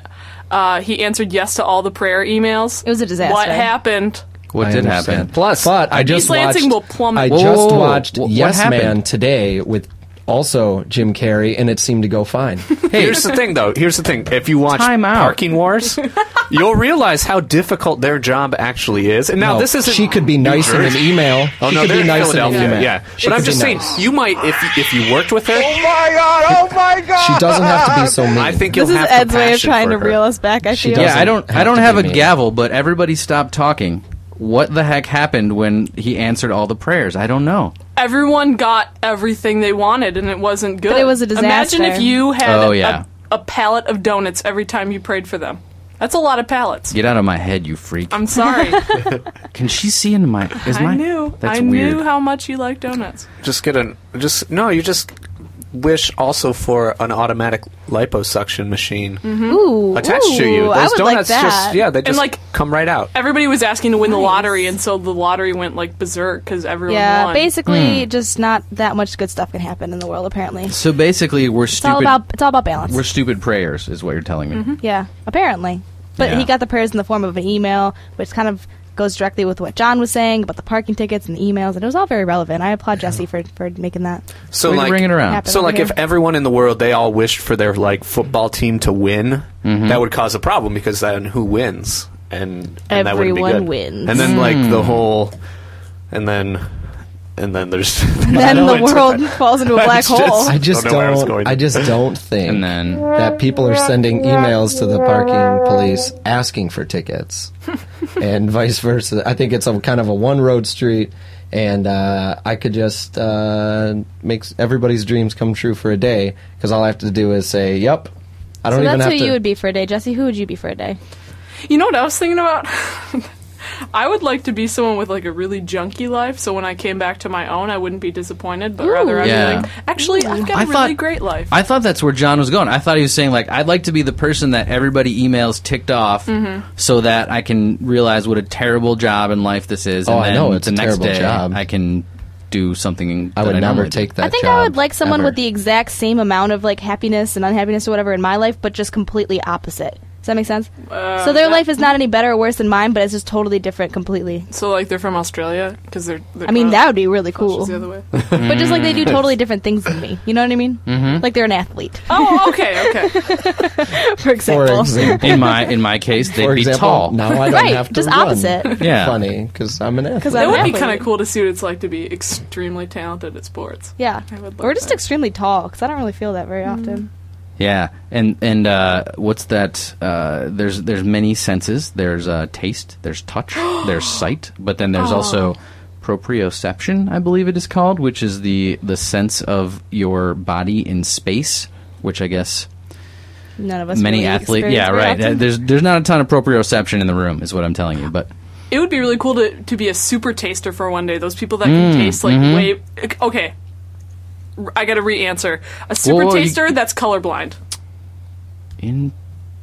Speaker 7: uh, he answered yes to all the prayer emails?
Speaker 4: It was a disaster.
Speaker 7: What happened?
Speaker 3: what
Speaker 5: I
Speaker 3: did
Speaker 5: understand.
Speaker 3: happen?
Speaker 5: Plus, but I just
Speaker 7: East Lansing
Speaker 5: watched.
Speaker 7: will plummet.
Speaker 5: I
Speaker 7: Whoa,
Speaker 5: just
Speaker 3: whoa, whoa.
Speaker 5: watched
Speaker 3: Wh- what
Speaker 5: Yes
Speaker 3: happened?
Speaker 5: Man today with also Jim Carrey, and it seemed to go fine.
Speaker 6: Here's the thing, though. Here's the thing. If you watch
Speaker 3: Time out.
Speaker 6: Parking Wars, you'll realize how difficult their job actually is. And now
Speaker 5: No,
Speaker 6: this isn't.
Speaker 5: She could be nice in an email.
Speaker 6: Oh
Speaker 5: she
Speaker 6: no,
Speaker 5: could
Speaker 6: they're
Speaker 5: be
Speaker 6: in
Speaker 5: nice in an
Speaker 6: Philadelphia.
Speaker 5: email.
Speaker 6: Yeah,
Speaker 5: She
Speaker 6: but I'm
Speaker 5: could be
Speaker 6: just saying,
Speaker 5: nice.
Speaker 6: you might if you, if you worked with her.
Speaker 5: she doesn't have to be so mean.
Speaker 6: I think you'll
Speaker 4: this is
Speaker 6: have
Speaker 4: Ed's way of
Speaker 6: compassion
Speaker 4: trying
Speaker 6: for
Speaker 4: to
Speaker 6: her.
Speaker 4: reel us back. I
Speaker 5: She
Speaker 4: feel.
Speaker 5: does.
Speaker 3: Yeah,
Speaker 5: doesn't
Speaker 3: I don't. I
Speaker 5: have
Speaker 3: don't
Speaker 5: to
Speaker 3: have
Speaker 5: be
Speaker 3: a
Speaker 5: me.
Speaker 3: gavel, but everybody stopped talking. What the heck happened when he answered all the prayers? I don't know.
Speaker 7: Everyone got everything they wanted, and it wasn't good.
Speaker 4: But it was a disaster.
Speaker 7: Imagine if you had
Speaker 3: Oh, yeah.
Speaker 7: a, a pallet of donuts every time you prayed for them. That's a lot of pallets.
Speaker 3: Get out of my head, you freak!
Speaker 7: I'm sorry.
Speaker 3: Can she see into my? Is my
Speaker 7: I knew.
Speaker 3: That's
Speaker 7: I
Speaker 3: weird.
Speaker 7: knew how much you like donuts.
Speaker 6: Just get an just no. You just wish also for an automatic liposuction machine
Speaker 4: Ooh,
Speaker 6: attached to you.
Speaker 4: Mm-hmm. ooh,
Speaker 6: Those
Speaker 4: I would like
Speaker 6: donuts
Speaker 4: that.
Speaker 6: just yeah, they just
Speaker 7: like-
Speaker 6: come right out.
Speaker 7: Everybody was asking to win the lottery, and so the lottery went like berserk because everyone
Speaker 4: Yeah,
Speaker 7: won.
Speaker 4: basically, just not that much good stuff can happen in the world. Apparently, it's
Speaker 3: so basically, we're stupid.
Speaker 4: all about it's all about balance.
Speaker 3: we're stupid prayers, is what you're telling me.
Speaker 7: Mm-hmm.
Speaker 4: Yeah, apparently. But
Speaker 3: Yeah.
Speaker 4: he got the prayers in the form of an email, which kind of goes directly with what John was saying about the parking tickets and the emails, and it was all very relevant. I applaud Jesse for, for making that.
Speaker 6: So
Speaker 3: Way to
Speaker 6: like
Speaker 3: bring it around.
Speaker 4: Happy
Speaker 6: So
Speaker 4: over
Speaker 6: like
Speaker 4: here.
Speaker 6: if everyone in the world they all wished for their like football team to win,
Speaker 5: Mm-hmm.
Speaker 6: that would cause a problem because then who wins? And, and that wouldn't be
Speaker 4: Everyone
Speaker 6: good.
Speaker 4: wins.
Speaker 6: And then like
Speaker 5: Hmm.
Speaker 6: the whole and then and then there's
Speaker 4: Then the
Speaker 6: It's-
Speaker 4: world falls into a
Speaker 6: I
Speaker 4: black
Speaker 6: just-
Speaker 4: hole.
Speaker 5: I just
Speaker 6: Don't know where I was
Speaker 5: don't.
Speaker 6: going.
Speaker 5: I, just don't think
Speaker 3: And then-
Speaker 5: that people are sending emails to the parking police asking for tickets, and vice versa. I think it's a kind of a one-road street, and uh, I could just uh, make everybody's dreams come true for a day because all I have to do is say, "Yep." I don't
Speaker 4: So
Speaker 5: even
Speaker 4: that's
Speaker 5: have
Speaker 4: who
Speaker 5: to.
Speaker 4: you would be for a day, Jesse. Who would you be for a day?
Speaker 7: You know what I was thinking about? I would like to be someone with like a really junky life, so when I came back to my own, I wouldn't be disappointed, but rather I'd
Speaker 3: Yeah.
Speaker 7: be like, actually, I've got a
Speaker 3: I
Speaker 7: really
Speaker 3: thought-
Speaker 7: great life.
Speaker 3: I thought that's where John was going. I thought he was saying like, I'd like to be the person that everybody emails ticked off, so that I can realize what a terrible job in life this is.
Speaker 5: Oh,
Speaker 3: and
Speaker 5: I
Speaker 3: then
Speaker 5: know, it's
Speaker 3: the
Speaker 5: a
Speaker 3: next
Speaker 5: terrible
Speaker 3: day,
Speaker 5: job.
Speaker 3: I can do something.
Speaker 5: I
Speaker 3: that
Speaker 5: would never
Speaker 3: normally do.
Speaker 5: take that.
Speaker 4: I think
Speaker 5: job,
Speaker 4: I would like someone
Speaker 5: ever.
Speaker 4: with the exact same amount of like happiness and unhappiness or whatever in my life, but just completely opposite. Does that make sense? so their
Speaker 7: yeah.
Speaker 4: life is not any better or worse than mine, but it's just totally different completely.
Speaker 7: so like they're from Australia because they're, they're
Speaker 4: I mean,
Speaker 7: well,
Speaker 4: that would be really
Speaker 7: which
Speaker 4: cool.
Speaker 7: is the other way.
Speaker 4: But just like they
Speaker 3: Mm.
Speaker 4: do totally different things than me. You know what I mean? Mm-hmm. Like they're an athlete,
Speaker 7: oh, okay, okay.
Speaker 4: for
Speaker 5: for
Speaker 4: example.
Speaker 5: example.
Speaker 3: In my in my case, they'd
Speaker 5: For
Speaker 3: be
Speaker 5: example,
Speaker 3: tall.
Speaker 5: now I don't
Speaker 4: Right,
Speaker 5: have to
Speaker 4: just
Speaker 5: run.
Speaker 4: opposite.
Speaker 3: Yeah.
Speaker 5: funny because I'm an athlete.
Speaker 4: 'Cause
Speaker 7: That
Speaker 4: I'm-
Speaker 7: would be
Speaker 4: Exactly.
Speaker 7: kind of cool to see what it's like to be extremely talented at sports.
Speaker 4: Yeah,
Speaker 7: I would
Speaker 4: or
Speaker 7: love
Speaker 4: just
Speaker 7: that. Mm.
Speaker 4: extremely tall because I don't really feel that very often.
Speaker 3: Yeah, and and uh, what's that? Uh, there's there's many senses. There's uh, taste. There's touch. there's sight. But then there's
Speaker 4: Oh.
Speaker 3: also proprioception, I believe it is called, which is the the sense of your body in space. Which I guess
Speaker 4: None of us.
Speaker 3: many
Speaker 4: really
Speaker 3: athletes.
Speaker 4: experience
Speaker 3: Yeah,
Speaker 4: very
Speaker 3: right. Uh,
Speaker 4: often.
Speaker 3: There's there's not a ton of proprioception in the room, is what I'm telling you. But
Speaker 7: It would be really cool to, to be a super taster for one day. Those people that can
Speaker 5: Mm,
Speaker 7: taste like
Speaker 5: mm-hmm.
Speaker 7: way. Okay, R- I got to re-answer. A super
Speaker 3: Whoa, you-
Speaker 7: taster that's colorblind.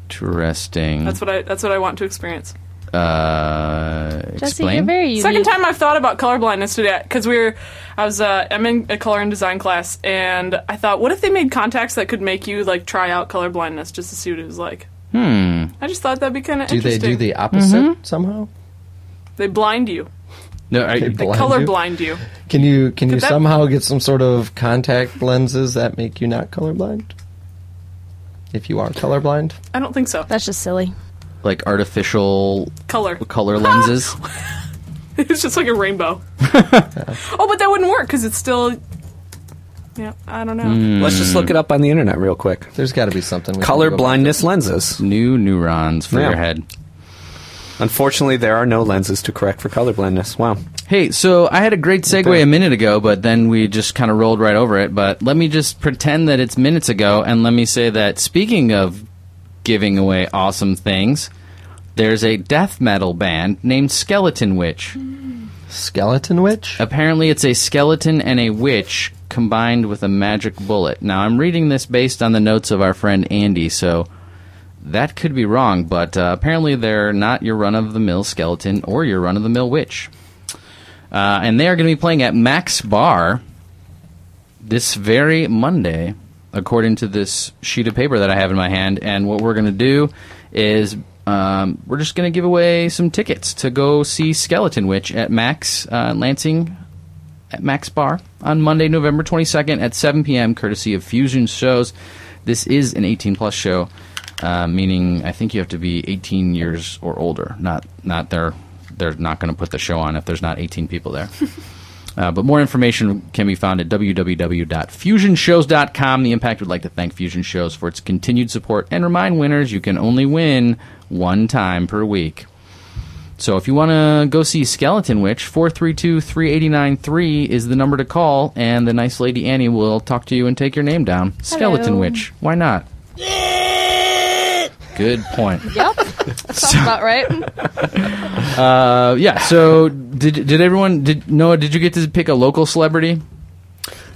Speaker 3: interesting.
Speaker 7: That's what I that's what I want to experience.
Speaker 3: uh,
Speaker 4: Jesse,
Speaker 3: explain.
Speaker 4: you're very unique.
Speaker 7: Second time I've thought about colorblindness today because we were I was uh, I'm in a color and design class and I thought what if they made contacts that could make you like try out colorblindness just to see what it was like. Hmm. I just thought that'd be kind of
Speaker 5: do they
Speaker 7: interesting.
Speaker 5: do the opposite
Speaker 4: Mm-hmm.
Speaker 5: somehow?
Speaker 7: They blind you.
Speaker 3: no, are
Speaker 5: They
Speaker 3: you-
Speaker 7: They
Speaker 5: Blind
Speaker 7: color
Speaker 5: you?
Speaker 7: blind you.
Speaker 5: Can you can you
Speaker 7: that-
Speaker 5: somehow get some sort of contact lenses that make you not colorblind? If you are colorblind,
Speaker 7: I don't think so.
Speaker 4: That's just silly.
Speaker 3: like artificial
Speaker 7: Color.
Speaker 3: color lenses.
Speaker 7: it's just like a rainbow. oh, but that wouldn't work because it's still. Yeah, I don't know.
Speaker 3: Mm,
Speaker 6: Let's just look it up on the internet real quick.
Speaker 5: There's got to be something. Hmm. we can
Speaker 6: Color
Speaker 5: do about
Speaker 6: blindness lenses.
Speaker 3: New neurons for
Speaker 6: Yeah.
Speaker 3: your head.
Speaker 6: Unfortunately, there are no lenses to correct for color blindness. Wow.
Speaker 3: Hey, so I had a great segue
Speaker 6: Okay.
Speaker 3: a minute ago, but then we just kind of rolled right over it. But let me just pretend that it's minutes ago, and let me say that speaking of giving away awesome things, there's a death metal band named Skeleton Witch.
Speaker 5: it. Skeleton witch.
Speaker 3: Apparently, it's a skeleton and a witch combined with a magic bullet. Now, I'm reading this based on the notes of our friend Andy, so that could be wrong, but uh, apparently, they're not your run of the mill skeleton or your run of the mill witch. Uh, and they are going to be playing at Max Bar this very Monday, according to this sheet of paper that I have in my hand. And what we're going to do is um, we're just going to give away some tickets to go see Skeleton Witch at Max uh, Lansing at Max Bar on Monday, November 22nd at 7 p.m., courtesy of Fusion Shows. This is an 18 plus show, uh, meaning I think you have to be 18 years or older. Not not they're they're not going to put the show on if there's not 18 people there. Uh, but more information can be found at www.fusionshows.com. The Impact would like to thank Fusion Shows for its continued support and remind winners you can only win one time per week. So if you want to go see Skeleton Witch, 432-3893 is the number to call, and the nice lady Annie will talk to you and take your name down. Skeleton Witch. Why not? Good point.
Speaker 4: Yep. Sounds about right.
Speaker 3: Uh, yeah. So did did everyone did Noah? Did you get to pick a local celebrity?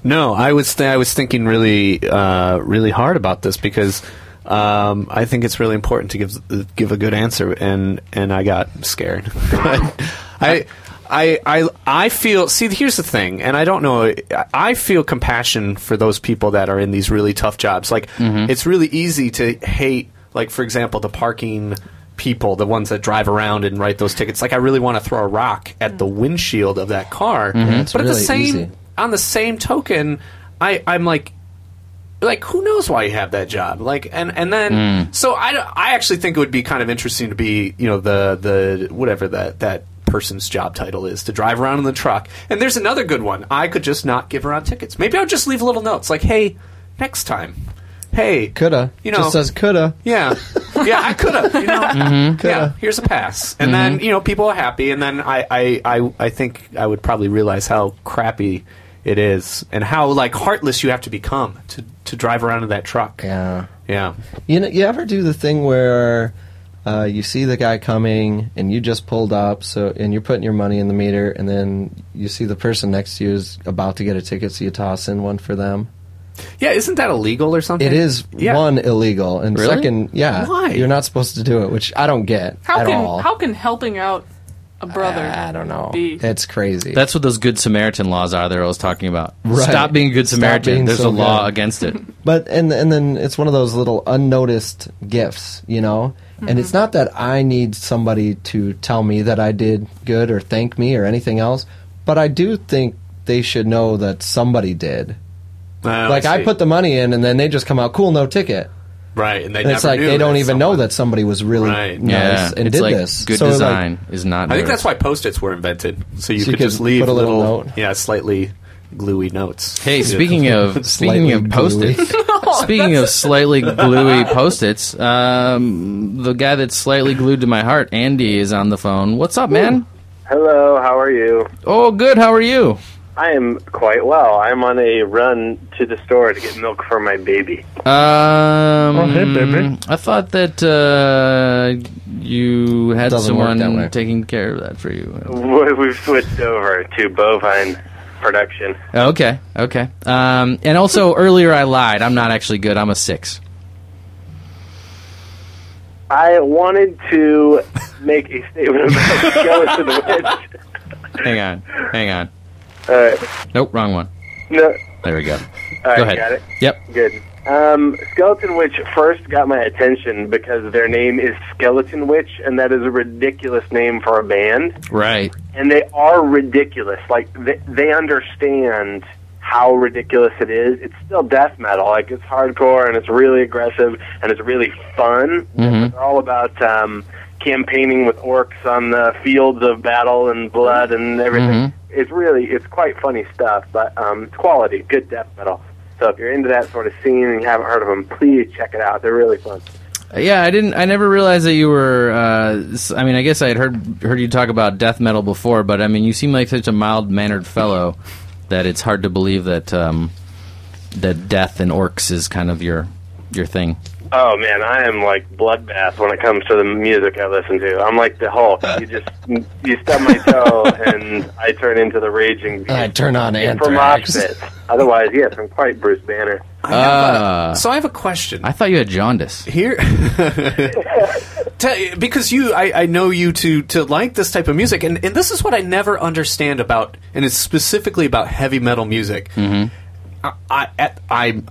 Speaker 6: No, I was th- I was thinking really uh, really hard about this because um, I think it's really important to give give a good answer and and I got scared. I. I, I I feel see here's the thing and I don't know I feel compassion for those people that are in these really tough jobs like it's really easy to hate like for example the parking people the ones that drive around and write those tickets like I really want to throw a rock at the windshield of that car
Speaker 5: Mm. it's
Speaker 6: but at the
Speaker 5: really
Speaker 6: same
Speaker 5: easy.
Speaker 6: on the same token, I I'm like like who knows why you have that job like and and then
Speaker 5: Hmm.
Speaker 6: so I, don't- I actually think it would be kind of interesting to be you know the the whatever that that person's job title is to drive around in the truck and there's another good one i could just not give around tickets maybe i'll just leave little notes like hey next time hey
Speaker 5: Coulda.
Speaker 6: you know
Speaker 5: Just says coulda.
Speaker 6: yeah yeah i could have you know
Speaker 5: Mm-hmm.
Speaker 6: yeah here's a pass and then you know people are happy and then I, I i i think i would probably realize how crappy it is and how like heartless you have to become to to drive around in that truck
Speaker 5: Yeah.
Speaker 6: yeah
Speaker 5: You know, you ever do the thing where uh, you see the guy coming and you just pulled up, so and you're putting your money in the meter, and then you see the person next to you is about to get a ticket, so you toss in one for them.
Speaker 6: yeah isn't that illegal or something
Speaker 5: It is
Speaker 6: yeah.
Speaker 5: one illegal, and
Speaker 3: Really?
Speaker 5: second, yeah,
Speaker 6: Why?
Speaker 5: you're not supposed to do it, which I don't get
Speaker 7: How
Speaker 5: at
Speaker 7: can
Speaker 5: all.
Speaker 7: how can helping out a brother?
Speaker 5: I don't know.
Speaker 7: Be?
Speaker 5: It's crazy.
Speaker 3: That's what those good Samaritan laws are. That I was talking about.
Speaker 5: Right.
Speaker 3: Stop being a good
Speaker 5: Stop
Speaker 3: Samaritan.
Speaker 5: being
Speaker 3: There's
Speaker 5: so
Speaker 3: a law
Speaker 5: good.
Speaker 3: against it.
Speaker 5: But and and then it's one of those little unnoticed gifts, you know. And
Speaker 6: Mm-hmm.
Speaker 5: it's not that I need somebody to tell me that I did good or thank me or anything else, but I do think they should know that somebody did.
Speaker 6: Oh,
Speaker 5: like I
Speaker 6: see.
Speaker 5: put the money in, and then they just come out, cool, no ticket.
Speaker 6: right and they
Speaker 5: And it's
Speaker 6: never
Speaker 5: like
Speaker 6: knew
Speaker 5: they don't
Speaker 6: that
Speaker 5: even know
Speaker 6: someone-
Speaker 5: that somebody was really
Speaker 6: Right.
Speaker 5: nice
Speaker 3: yeah,
Speaker 5: and
Speaker 3: it's
Speaker 5: did
Speaker 3: like
Speaker 5: this.
Speaker 3: good
Speaker 5: So, like,
Speaker 3: design is not.
Speaker 6: i
Speaker 3: noticed.
Speaker 6: think that's why post-its were invented so you
Speaker 5: So you
Speaker 6: could
Speaker 5: could
Speaker 6: just leave
Speaker 5: put a little
Speaker 6: little,
Speaker 5: note.
Speaker 6: yeah slightly gluey notes
Speaker 3: Hey,
Speaker 6: Yeah.
Speaker 3: speaking of
Speaker 5: Slightly
Speaker 3: speaking of post-its, speaking of slightly gluey post-its, um, the guy that's slightly glued to my heart, Andy, is on the phone. What's up, man?
Speaker 8: Hello, how are you?
Speaker 3: Oh, good. How are you?
Speaker 8: I am quite well. I'm on a run to the store to get milk for my baby.
Speaker 3: Um,
Speaker 8: Oh, hey, baby.
Speaker 3: I thought that uh, you had
Speaker 5: Doesn't work that way.
Speaker 3: someone taking care of that for you.
Speaker 8: We- We've switched over to bovine production.
Speaker 3: Oh, Okay, okay. Um, and also earlier I lied. I'm not actually good. I'm a six.
Speaker 8: I wanted to make a statement about skeleton witch.
Speaker 3: Hang on, hang on.
Speaker 8: All right.
Speaker 3: Nope, wrong one.
Speaker 8: No,
Speaker 3: There we go.
Speaker 8: all right,
Speaker 3: Go ahead.
Speaker 8: got it.
Speaker 3: Yep.
Speaker 8: Good. Um, Skeleton Witch first got my attention because their name is Skeleton Witch, and that is a ridiculous name for a band.
Speaker 3: Right.
Speaker 8: and they are ridiculous. Like they, they understand how ridiculous it is. It's still death metal. Like it's hardcore and it's really aggressive and it's really fun. But They're all about um, campaigning with orcs on the fields of battle and blood and everything. It's really it's quite funny stuff, but um, it's quality, good death metal. So if you're into that sort of scene and you haven't heard of them, please check it out. They're really fun.
Speaker 3: Yeah, I didn't. I never realized that you were. Uh, s- I mean, I guess I had heard heard you talk about death metal before, but I mean, you seem like such a mild mannered fellow that it's hard to believe that um, that death and orcs is kind of your your thing.
Speaker 8: Oh man, I am like bloodbath when it comes to the music I listen to. I'm like the Hulk. You just you stub my toe and I turn into the raging. Beast.
Speaker 5: I turn on
Speaker 8: from
Speaker 5: Anthrax.
Speaker 8: Opposites. Otherwise, yes, I'm quite Bruce Banner.
Speaker 6: so I have a question.
Speaker 3: I thought you had jaundice.
Speaker 6: here Te- because you I, I know you to to like this type of music and, and this is what i never understand about and it's specifically about heavy metal music I, I, at- I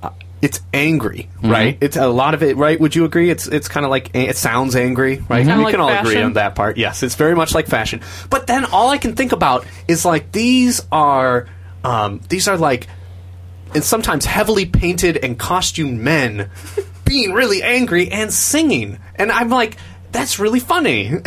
Speaker 6: it's angry right it's a lot of it right would you agree it's it's kind of like it sounds angry right
Speaker 7: Kinda
Speaker 6: we
Speaker 7: like
Speaker 6: can all agree
Speaker 7: fashion.
Speaker 6: on that part yes it's very much like fashion but then all i can think about is like these are um, these are like and sometimes heavily painted and costumed men being really angry and singing. And I'm like, that's really funny. and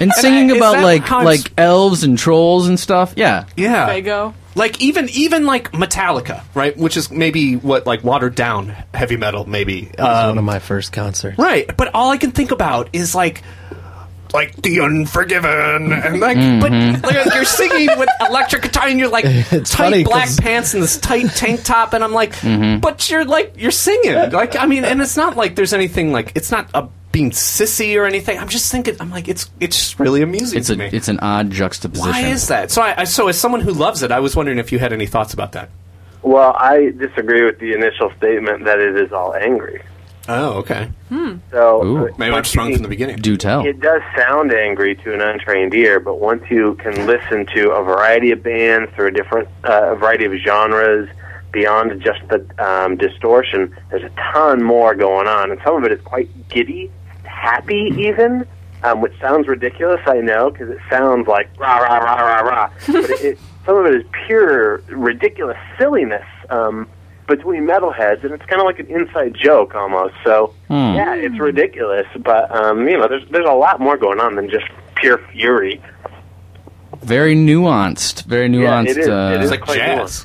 Speaker 3: And singing
Speaker 6: I- is
Speaker 3: about
Speaker 6: that
Speaker 3: like
Speaker 6: how it's-
Speaker 3: like elves and trolls and stuff. Yeah,
Speaker 6: yeah,
Speaker 7: Fago.
Speaker 6: Like even even like Metallica, right? Which is maybe what like watered down heavy metal, maybe.
Speaker 5: It's
Speaker 6: Um,
Speaker 5: one of my first concerts.
Speaker 6: Right, but all I can think about is like, like the Unforgiven, and like, but like, you're singing with electric guitar, and you're like
Speaker 5: It's
Speaker 6: tight
Speaker 5: funny
Speaker 6: black
Speaker 5: 'cause-
Speaker 6: pants and this tight tank top, and I'm like, but you're like you're singing, like I mean, and it's not like there's anything like it's not a being sissy or anything. I'm just thinking, I'm like, it's it's just really amusing
Speaker 3: it's
Speaker 6: to
Speaker 3: a
Speaker 6: me.
Speaker 3: it's an odd juxtaposition.
Speaker 6: Why is that? So I, I so as someone who loves it, I was wondering if you had any thoughts about that.
Speaker 8: Well, I disagree with the initial statement that it is all angry.
Speaker 6: Oh, okay.
Speaker 8: So
Speaker 3: Ooh.
Speaker 6: Maybe I'm just wrong from the beginning.
Speaker 3: Do tell.
Speaker 8: It does sound angry to an untrained ear, but once you can listen to a variety of bands through a different uh, a variety of genres beyond just the um, distortion, there's a ton more going on, and some of it is quite giddy, happy even, um, which sounds ridiculous, I know, because it sounds like rah rah rah rah rah, but it, it, some of it is pure ridiculous silliness. Um, between metalheads, and it's kind of like an inside joke almost. So yeah, it's ridiculous, but um, you know, there's there's a lot more going on than just pure fury.
Speaker 3: Very nuanced. Very
Speaker 8: Yeah,
Speaker 3: nuanced.
Speaker 8: it is. It
Speaker 3: uh,
Speaker 8: is
Speaker 6: Like
Speaker 8: quite
Speaker 6: jazz.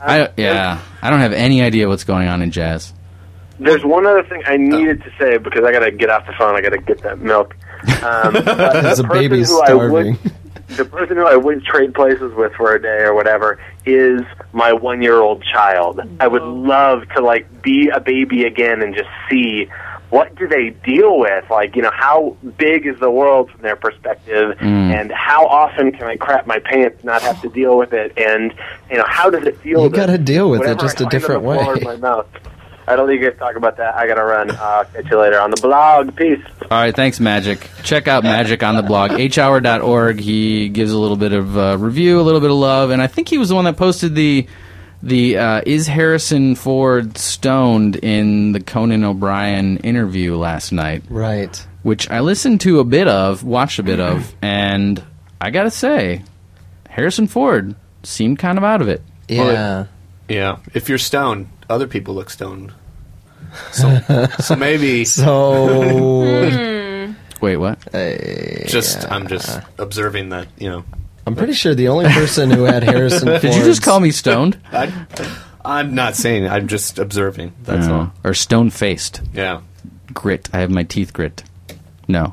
Speaker 3: I, yeah, I don't have any idea what's going on in jazz.
Speaker 8: There's one other thing I needed to say because I gotta get off the phone. I gotta get that milk. Um, but
Speaker 5: As
Speaker 8: the
Speaker 5: a baby's
Speaker 8: person who I
Speaker 5: starving.
Speaker 8: Would, the person who I would trade places with for a day or whatever is my one-year-old child. I would love to like be a baby again and just see what do they deal with. Like you know, how big is the world from their perspective,
Speaker 5: Mm.
Speaker 8: and how often can I crap my pants and not have to deal with it, and you know, how does it feel?
Speaker 5: You
Speaker 8: to-
Speaker 5: gotta deal with it
Speaker 8: whenever
Speaker 5: just a
Speaker 8: I land on
Speaker 5: different
Speaker 8: the floor
Speaker 5: way.
Speaker 8: in my mouth. I don't think you guys talk about that. I gotta run. Uh, catch you later on the blog. Peace.
Speaker 3: All right, thanks, Magic. Check out Magic on the blog, hhour.org. He gives a little bit of uh, review, a little bit of love, and I think he was the one that posted the the uh, is Harrison Ford stoned in the Conan O'Brien interview last night,
Speaker 5: Right.
Speaker 3: which I listened to a bit of, watched a bit of, and I gotta say, Harrison Ford seemed kind of out of it.
Speaker 5: Yeah.
Speaker 6: Yeah, if you're stoned, other people look stoned. So, so maybe
Speaker 5: So
Speaker 3: Wait, what?
Speaker 6: just I'm just observing that you know
Speaker 5: I'm pretty sure the only person who had Harrison Ford.
Speaker 3: Did you just call me stoned?
Speaker 6: I, I'm not saying I'm just observing. That's
Speaker 3: No.
Speaker 6: all.
Speaker 3: Or stone faced.
Speaker 6: Yeah.
Speaker 3: grit. I have my teeth grit. No.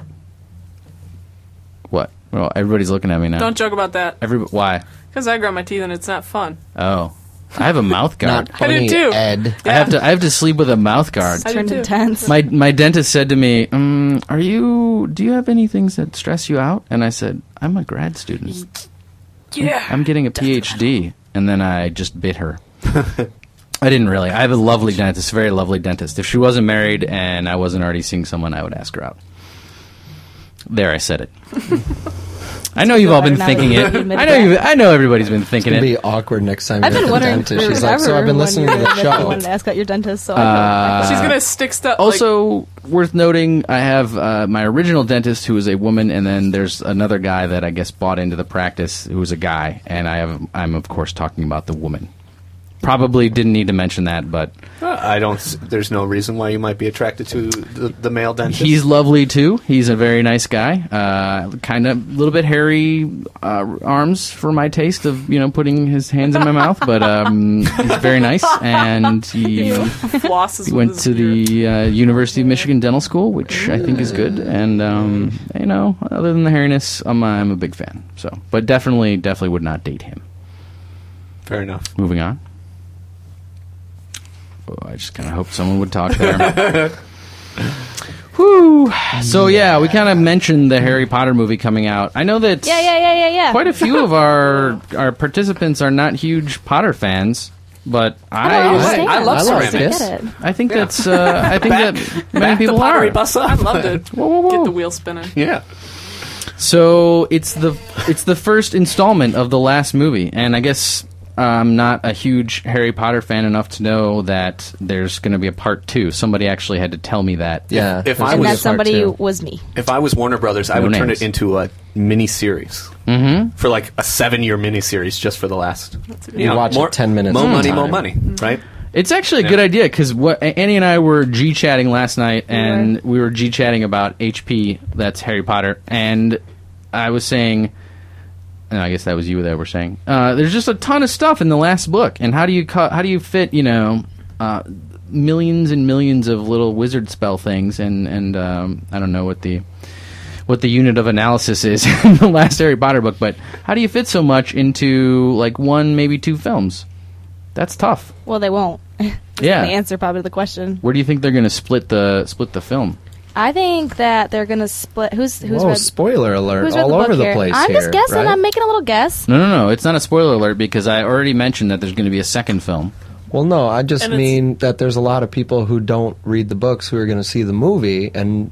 Speaker 3: What? Well, everybody's looking at me now.
Speaker 7: Don't joke about that.
Speaker 3: Every why?
Speaker 7: Because I grow my teeth and it's not fun.
Speaker 3: Oh, I have a mouth guard.
Speaker 5: Not
Speaker 7: I do
Speaker 5: funny,
Speaker 7: too.
Speaker 5: Ed.
Speaker 3: I have to. I have to sleep with a mouth guard.
Speaker 7: I do
Speaker 4: Turned
Speaker 7: too.
Speaker 4: intense.
Speaker 3: My my dentist said to me, um, "Are you? Do you have any things that stress you out?" And I said, "I'm a grad student.
Speaker 7: Yeah.
Speaker 3: I'm getting a PhD." And then I just bit her. I didn't really. I have a lovely dentist, very lovely dentist. If she wasn't married and I wasn't already seeing someone, I would ask her out. There, I said it. I know you've all been
Speaker 4: better now
Speaker 3: thinking
Speaker 4: that
Speaker 3: it.
Speaker 4: you admitted
Speaker 3: I know.
Speaker 4: that.
Speaker 3: You, I know everybody's been thinking
Speaker 5: It'd
Speaker 3: it.
Speaker 5: be awkward next time
Speaker 4: I've
Speaker 5: you're
Speaker 4: been
Speaker 5: at the
Speaker 4: wondering.
Speaker 5: dentist. She's like, so I've been listening to the
Speaker 4: Wanted to
Speaker 5: show. Uh,
Speaker 4: ask out your dentist, so
Speaker 7: She's
Speaker 4: I
Speaker 7: gonna stick stuff.
Speaker 3: Also worth noting, I have uh, my original dentist who is a woman, and then there's another guy that I guess bought into the practice who is a guy, and I have I'm of course talking about the woman probably didn't need to mention that, but
Speaker 6: I don't. s- There's no reason why you might be attracted to the, the male dentist.
Speaker 3: he's lovely too. He's a very nice guy. Uh, kind of a little bit hairy uh, arms for my taste of you know putting his hands in my mouth, but um, he's very nice. And he
Speaker 7: flosses.
Speaker 3: he
Speaker 7: with
Speaker 3: went
Speaker 7: his
Speaker 3: to
Speaker 7: beard.
Speaker 3: the uh, University of Michigan Dental School, which I think is good. And um, you know, other than the hairiness, I'm, I'm a big fan. So, but definitely, definitely would not date him.
Speaker 6: Fair enough.
Speaker 3: Moving on. Oh, I just kind of hoped someone would talk there. Whew. So yeah, we kind of mentioned the Harry Potter movie coming out. I know that
Speaker 4: Yeah, yeah, yeah, yeah, yeah.
Speaker 3: quite a few of our our participants are not huge Potter fans, but I
Speaker 4: I, don't understand.
Speaker 6: I love
Speaker 4: I don't
Speaker 6: ceramics.
Speaker 4: get it.
Speaker 3: I think that's uh, I think that many people are.
Speaker 7: I loved it.
Speaker 3: whoa, whoa.
Speaker 7: Get the wheel spinning.
Speaker 6: Yeah.
Speaker 3: So it's the it's the first installment of the last movie, and I guess I'm not a huge Harry Potter fan enough to know that there's going to be a part two. Somebody actually had to tell me that.
Speaker 5: Yeah.
Speaker 6: If I
Speaker 5: there's gonna be
Speaker 6: was-
Speaker 4: And
Speaker 5: a
Speaker 4: that
Speaker 5: part
Speaker 4: somebody
Speaker 5: two.
Speaker 4: was me.
Speaker 6: If I was Warner Brothers, I
Speaker 3: No
Speaker 6: would turn
Speaker 3: names.
Speaker 6: it into a mini series mm-hmm. for like a seven-year mini series just for the last.
Speaker 5: You watch it 10 minutes
Speaker 6: More
Speaker 5: at a
Speaker 6: money, more
Speaker 5: time.
Speaker 6: money. Right.
Speaker 3: It's actually a good idea because what Annie and I were g chatting last night, and we were g chatting about HP. That's Harry Potter, and I was saying, and I guess that was you that were saying. Uh, there's just a ton of stuff in the last book, and how do you cu- how do you fit you know uh, millions and millions of little wizard spell things, and and um, I don't know what the what the unit of analysis is in the last Harry Potter book, but how do you fit so much into like one maybe two films? That's tough.
Speaker 4: Well, they won't.
Speaker 3: Yeah.
Speaker 4: The answer probably to the question.
Speaker 3: Where do you think they're going to split the split the film?
Speaker 4: I think that they're gonna split. Who's who's
Speaker 5: Whoa,
Speaker 4: read,
Speaker 5: spoiler alert
Speaker 4: who's read
Speaker 5: all
Speaker 4: the book
Speaker 5: over the
Speaker 4: here?
Speaker 5: place
Speaker 4: I'm just
Speaker 5: here,
Speaker 4: guessing.
Speaker 5: right?
Speaker 4: I'm making a little guess.
Speaker 3: No, no, no. It's not a spoiler alert because I already mentioned that there's going to be a second film.
Speaker 5: Well, no, I just
Speaker 7: And it's-
Speaker 5: mean that there's a lot of people who don't read the books who are going to see the movie, and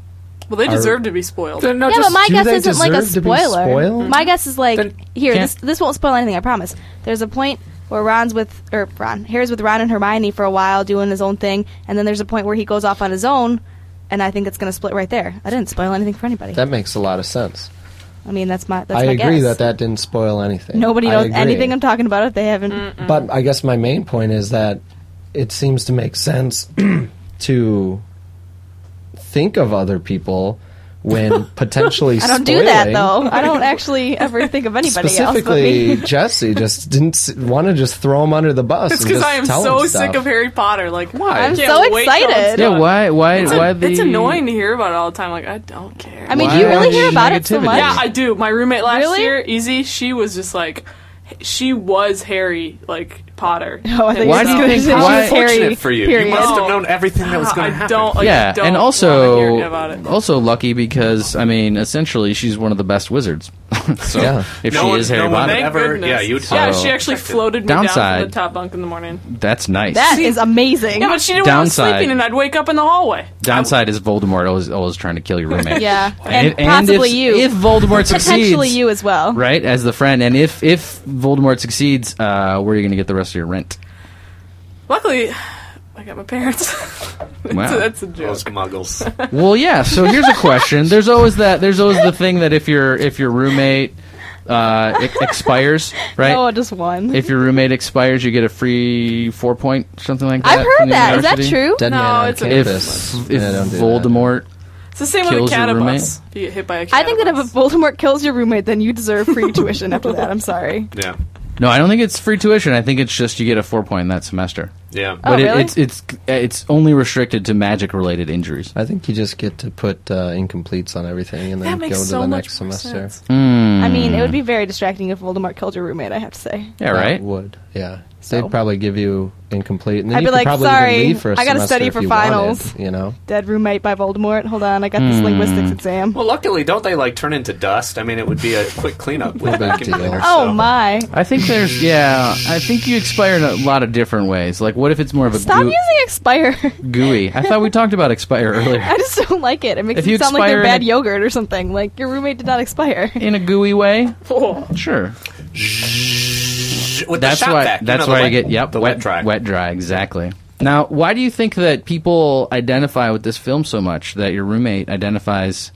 Speaker 7: Well, they deserve to be spoiled.
Speaker 4: yeah, but my
Speaker 5: do
Speaker 4: guess
Speaker 5: they
Speaker 4: isn't like a
Speaker 5: deserve to be
Speaker 4: spoiler.
Speaker 5: spoiled?
Speaker 4: My guess is like
Speaker 6: Then-
Speaker 4: here.
Speaker 3: Can't-
Speaker 4: This this won't spoil anything. I promise. There's a point where Ron's with or Ron Harry's with Ron and Hermione for a while doing his own thing, and then there's a point where he goes off on his own, and I think it's gonna split right there. I didn't spoil anything for anybody.
Speaker 5: that makes a lot of sense.
Speaker 4: I mean, that's my that's
Speaker 5: I
Speaker 4: my
Speaker 5: agree
Speaker 4: guess.
Speaker 5: that that didn't spoil anything.
Speaker 4: Nobody
Speaker 5: I
Speaker 4: knows
Speaker 5: agree.
Speaker 4: anything I'm talking about if they haven't.
Speaker 5: But I guess my main point is that it seems to make sense to think of other people when potentially
Speaker 4: I don't do that
Speaker 5: spoiling.
Speaker 4: though. I don't actually ever think of anybody else. but me.
Speaker 5: Specifically, Jesse just didn't want to just throw him under the bus.
Speaker 7: It's
Speaker 5: and
Speaker 7: because
Speaker 5: just
Speaker 7: I am
Speaker 5: tell
Speaker 7: so
Speaker 5: him stuff.
Speaker 7: sick of Harry Potter. Like, why?
Speaker 4: I'm so excited.
Speaker 3: Yeah, why? Why?
Speaker 7: It's,
Speaker 3: why
Speaker 7: a,
Speaker 3: the?
Speaker 7: it's annoying to hear about it all the time. Like, I don't care.
Speaker 4: I mean,
Speaker 3: Why
Speaker 4: do you really
Speaker 3: are
Speaker 4: hear
Speaker 3: you
Speaker 4: about it so
Speaker 3: negativity?
Speaker 4: much?
Speaker 7: yeah, I do. My roommate last
Speaker 4: Really?
Speaker 7: year, Easy, she was just like, she was Harry, like Potter.
Speaker 4: Oh, I thought you
Speaker 3: Why
Speaker 4: were
Speaker 3: do you
Speaker 4: gonna
Speaker 3: think-
Speaker 4: say she
Speaker 3: why-
Speaker 4: was Harry,
Speaker 6: Fortunate for you.
Speaker 4: period.
Speaker 6: You must
Speaker 7: No.
Speaker 6: have known everything that was going
Speaker 7: I
Speaker 6: to happen.
Speaker 7: don't. Like,
Speaker 3: Yeah,
Speaker 7: don't
Speaker 3: and
Speaker 7: wanna
Speaker 3: also
Speaker 7: hear about it.
Speaker 3: also lucky because I mean, essentially, she's one of the best wizards. so
Speaker 5: Yeah.
Speaker 3: if
Speaker 6: No
Speaker 3: she
Speaker 6: one-
Speaker 3: is Harry
Speaker 6: no one
Speaker 3: Potter,
Speaker 6: thank-
Speaker 7: Thank
Speaker 6: ever-
Speaker 7: goodness.
Speaker 6: yeah, you
Speaker 7: yeah,
Speaker 3: So-
Speaker 7: she actually floated me down from the
Speaker 3: Downside.
Speaker 7: top bunk in the morning.
Speaker 3: that's nice.
Speaker 4: That is amazing.
Speaker 7: Yeah, but she didn't want to
Speaker 3: Downside.
Speaker 7: sleeping, and I'd wake up in the hallway.
Speaker 3: Downside is Voldemort always always trying to kill your roommate.
Speaker 4: Yeah, and,
Speaker 3: if-
Speaker 4: possibly
Speaker 3: if,
Speaker 4: you,
Speaker 3: If Voldemort
Speaker 4: potentially
Speaker 3: succeeds,
Speaker 4: you as well.
Speaker 3: right as the friend, and if if Voldemort succeeds, uh, where are you going to get the rest of your rent?
Speaker 7: Luckily, I got my parents. that's,
Speaker 3: Wow.
Speaker 7: a, that's a joke.
Speaker 6: Those muggles.
Speaker 3: Well, yeah. So here's a question. There's always that. There's always the thing that if your if your roommate uh, e- expires, right?
Speaker 4: Oh, just one.
Speaker 3: if your roommate expires, you get a free four point something like that.
Speaker 4: I've
Speaker 3: from
Speaker 4: heard
Speaker 3: the
Speaker 4: that. Is that
Speaker 3: university.
Speaker 4: true?
Speaker 5: Dead
Speaker 7: No,
Speaker 5: man on
Speaker 7: it's a-
Speaker 3: If
Speaker 5: campus.
Speaker 3: if
Speaker 5: Yeah, don't do that.
Speaker 3: Voldemort,
Speaker 7: It's the same with a
Speaker 3: Kills your
Speaker 7: catabus. If you get hit by a catabus.
Speaker 4: I think that if a Voldemort kills your roommate, then you deserve free tuition after that. I'm sorry.
Speaker 6: yeah.
Speaker 3: no, I don't think it's free tuition. I think it's just you get a four point that semester.
Speaker 6: Yeah.
Speaker 4: Oh,
Speaker 3: but
Speaker 4: really?
Speaker 3: it, it's it's it's only restricted to magic related injuries.
Speaker 5: I think you just get to put uh, incompletes on everything and
Speaker 7: that
Speaker 5: then go to
Speaker 7: makes so
Speaker 5: the
Speaker 7: much
Speaker 5: next
Speaker 7: more
Speaker 5: semester.
Speaker 7: sense.
Speaker 3: Mm.
Speaker 4: I mean, it would be very distracting if Voldemort killed your roommate. I have to say.
Speaker 3: Yeah,
Speaker 5: That
Speaker 3: right.
Speaker 5: Would yeah.
Speaker 4: So-
Speaker 5: They'd probably give you incomplete, and then
Speaker 4: I'd
Speaker 5: you
Speaker 4: be
Speaker 5: could
Speaker 4: like,
Speaker 5: probably
Speaker 4: "Sorry,
Speaker 5: even leave for a
Speaker 4: I gotta
Speaker 5: semester
Speaker 4: study
Speaker 5: if
Speaker 4: for
Speaker 5: you wanted,
Speaker 4: finals."
Speaker 5: you know,
Speaker 4: Dead roommate by Voldemort. Hold on, I got this
Speaker 3: Mm.
Speaker 4: linguistics exam.
Speaker 6: Well, luckily, don't they like turn into dust? I mean, it would be a quick cleanup. With
Speaker 5: big
Speaker 6: vacuum
Speaker 5: deal.
Speaker 6: cleaner,
Speaker 4: oh
Speaker 6: so-
Speaker 4: my!
Speaker 3: I think there's yeah. I think you expire in a lot of different ways. Like, what if it's more of a
Speaker 4: Stop
Speaker 3: goo-
Speaker 4: using expire.
Speaker 3: gooey? I thought we talked about expire earlier.
Speaker 4: I just don't like it. It makes
Speaker 3: If you
Speaker 4: it sound like
Speaker 3: expire
Speaker 4: they're
Speaker 3: in
Speaker 4: bad
Speaker 3: a-
Speaker 4: yogurt or something. Like your roommate did not expire.
Speaker 3: In a gooey way,
Speaker 7: Oh,
Speaker 3: sure.
Speaker 6: With the
Speaker 3: That's
Speaker 6: shop
Speaker 3: why.
Speaker 6: vac, you
Speaker 3: that's
Speaker 6: know, the
Speaker 3: why I
Speaker 6: wet-
Speaker 3: get yep.
Speaker 6: the wet, dry.
Speaker 3: Wet dry. Exactly. Now, why do you think that people identify with this film so much? That your roommate identifies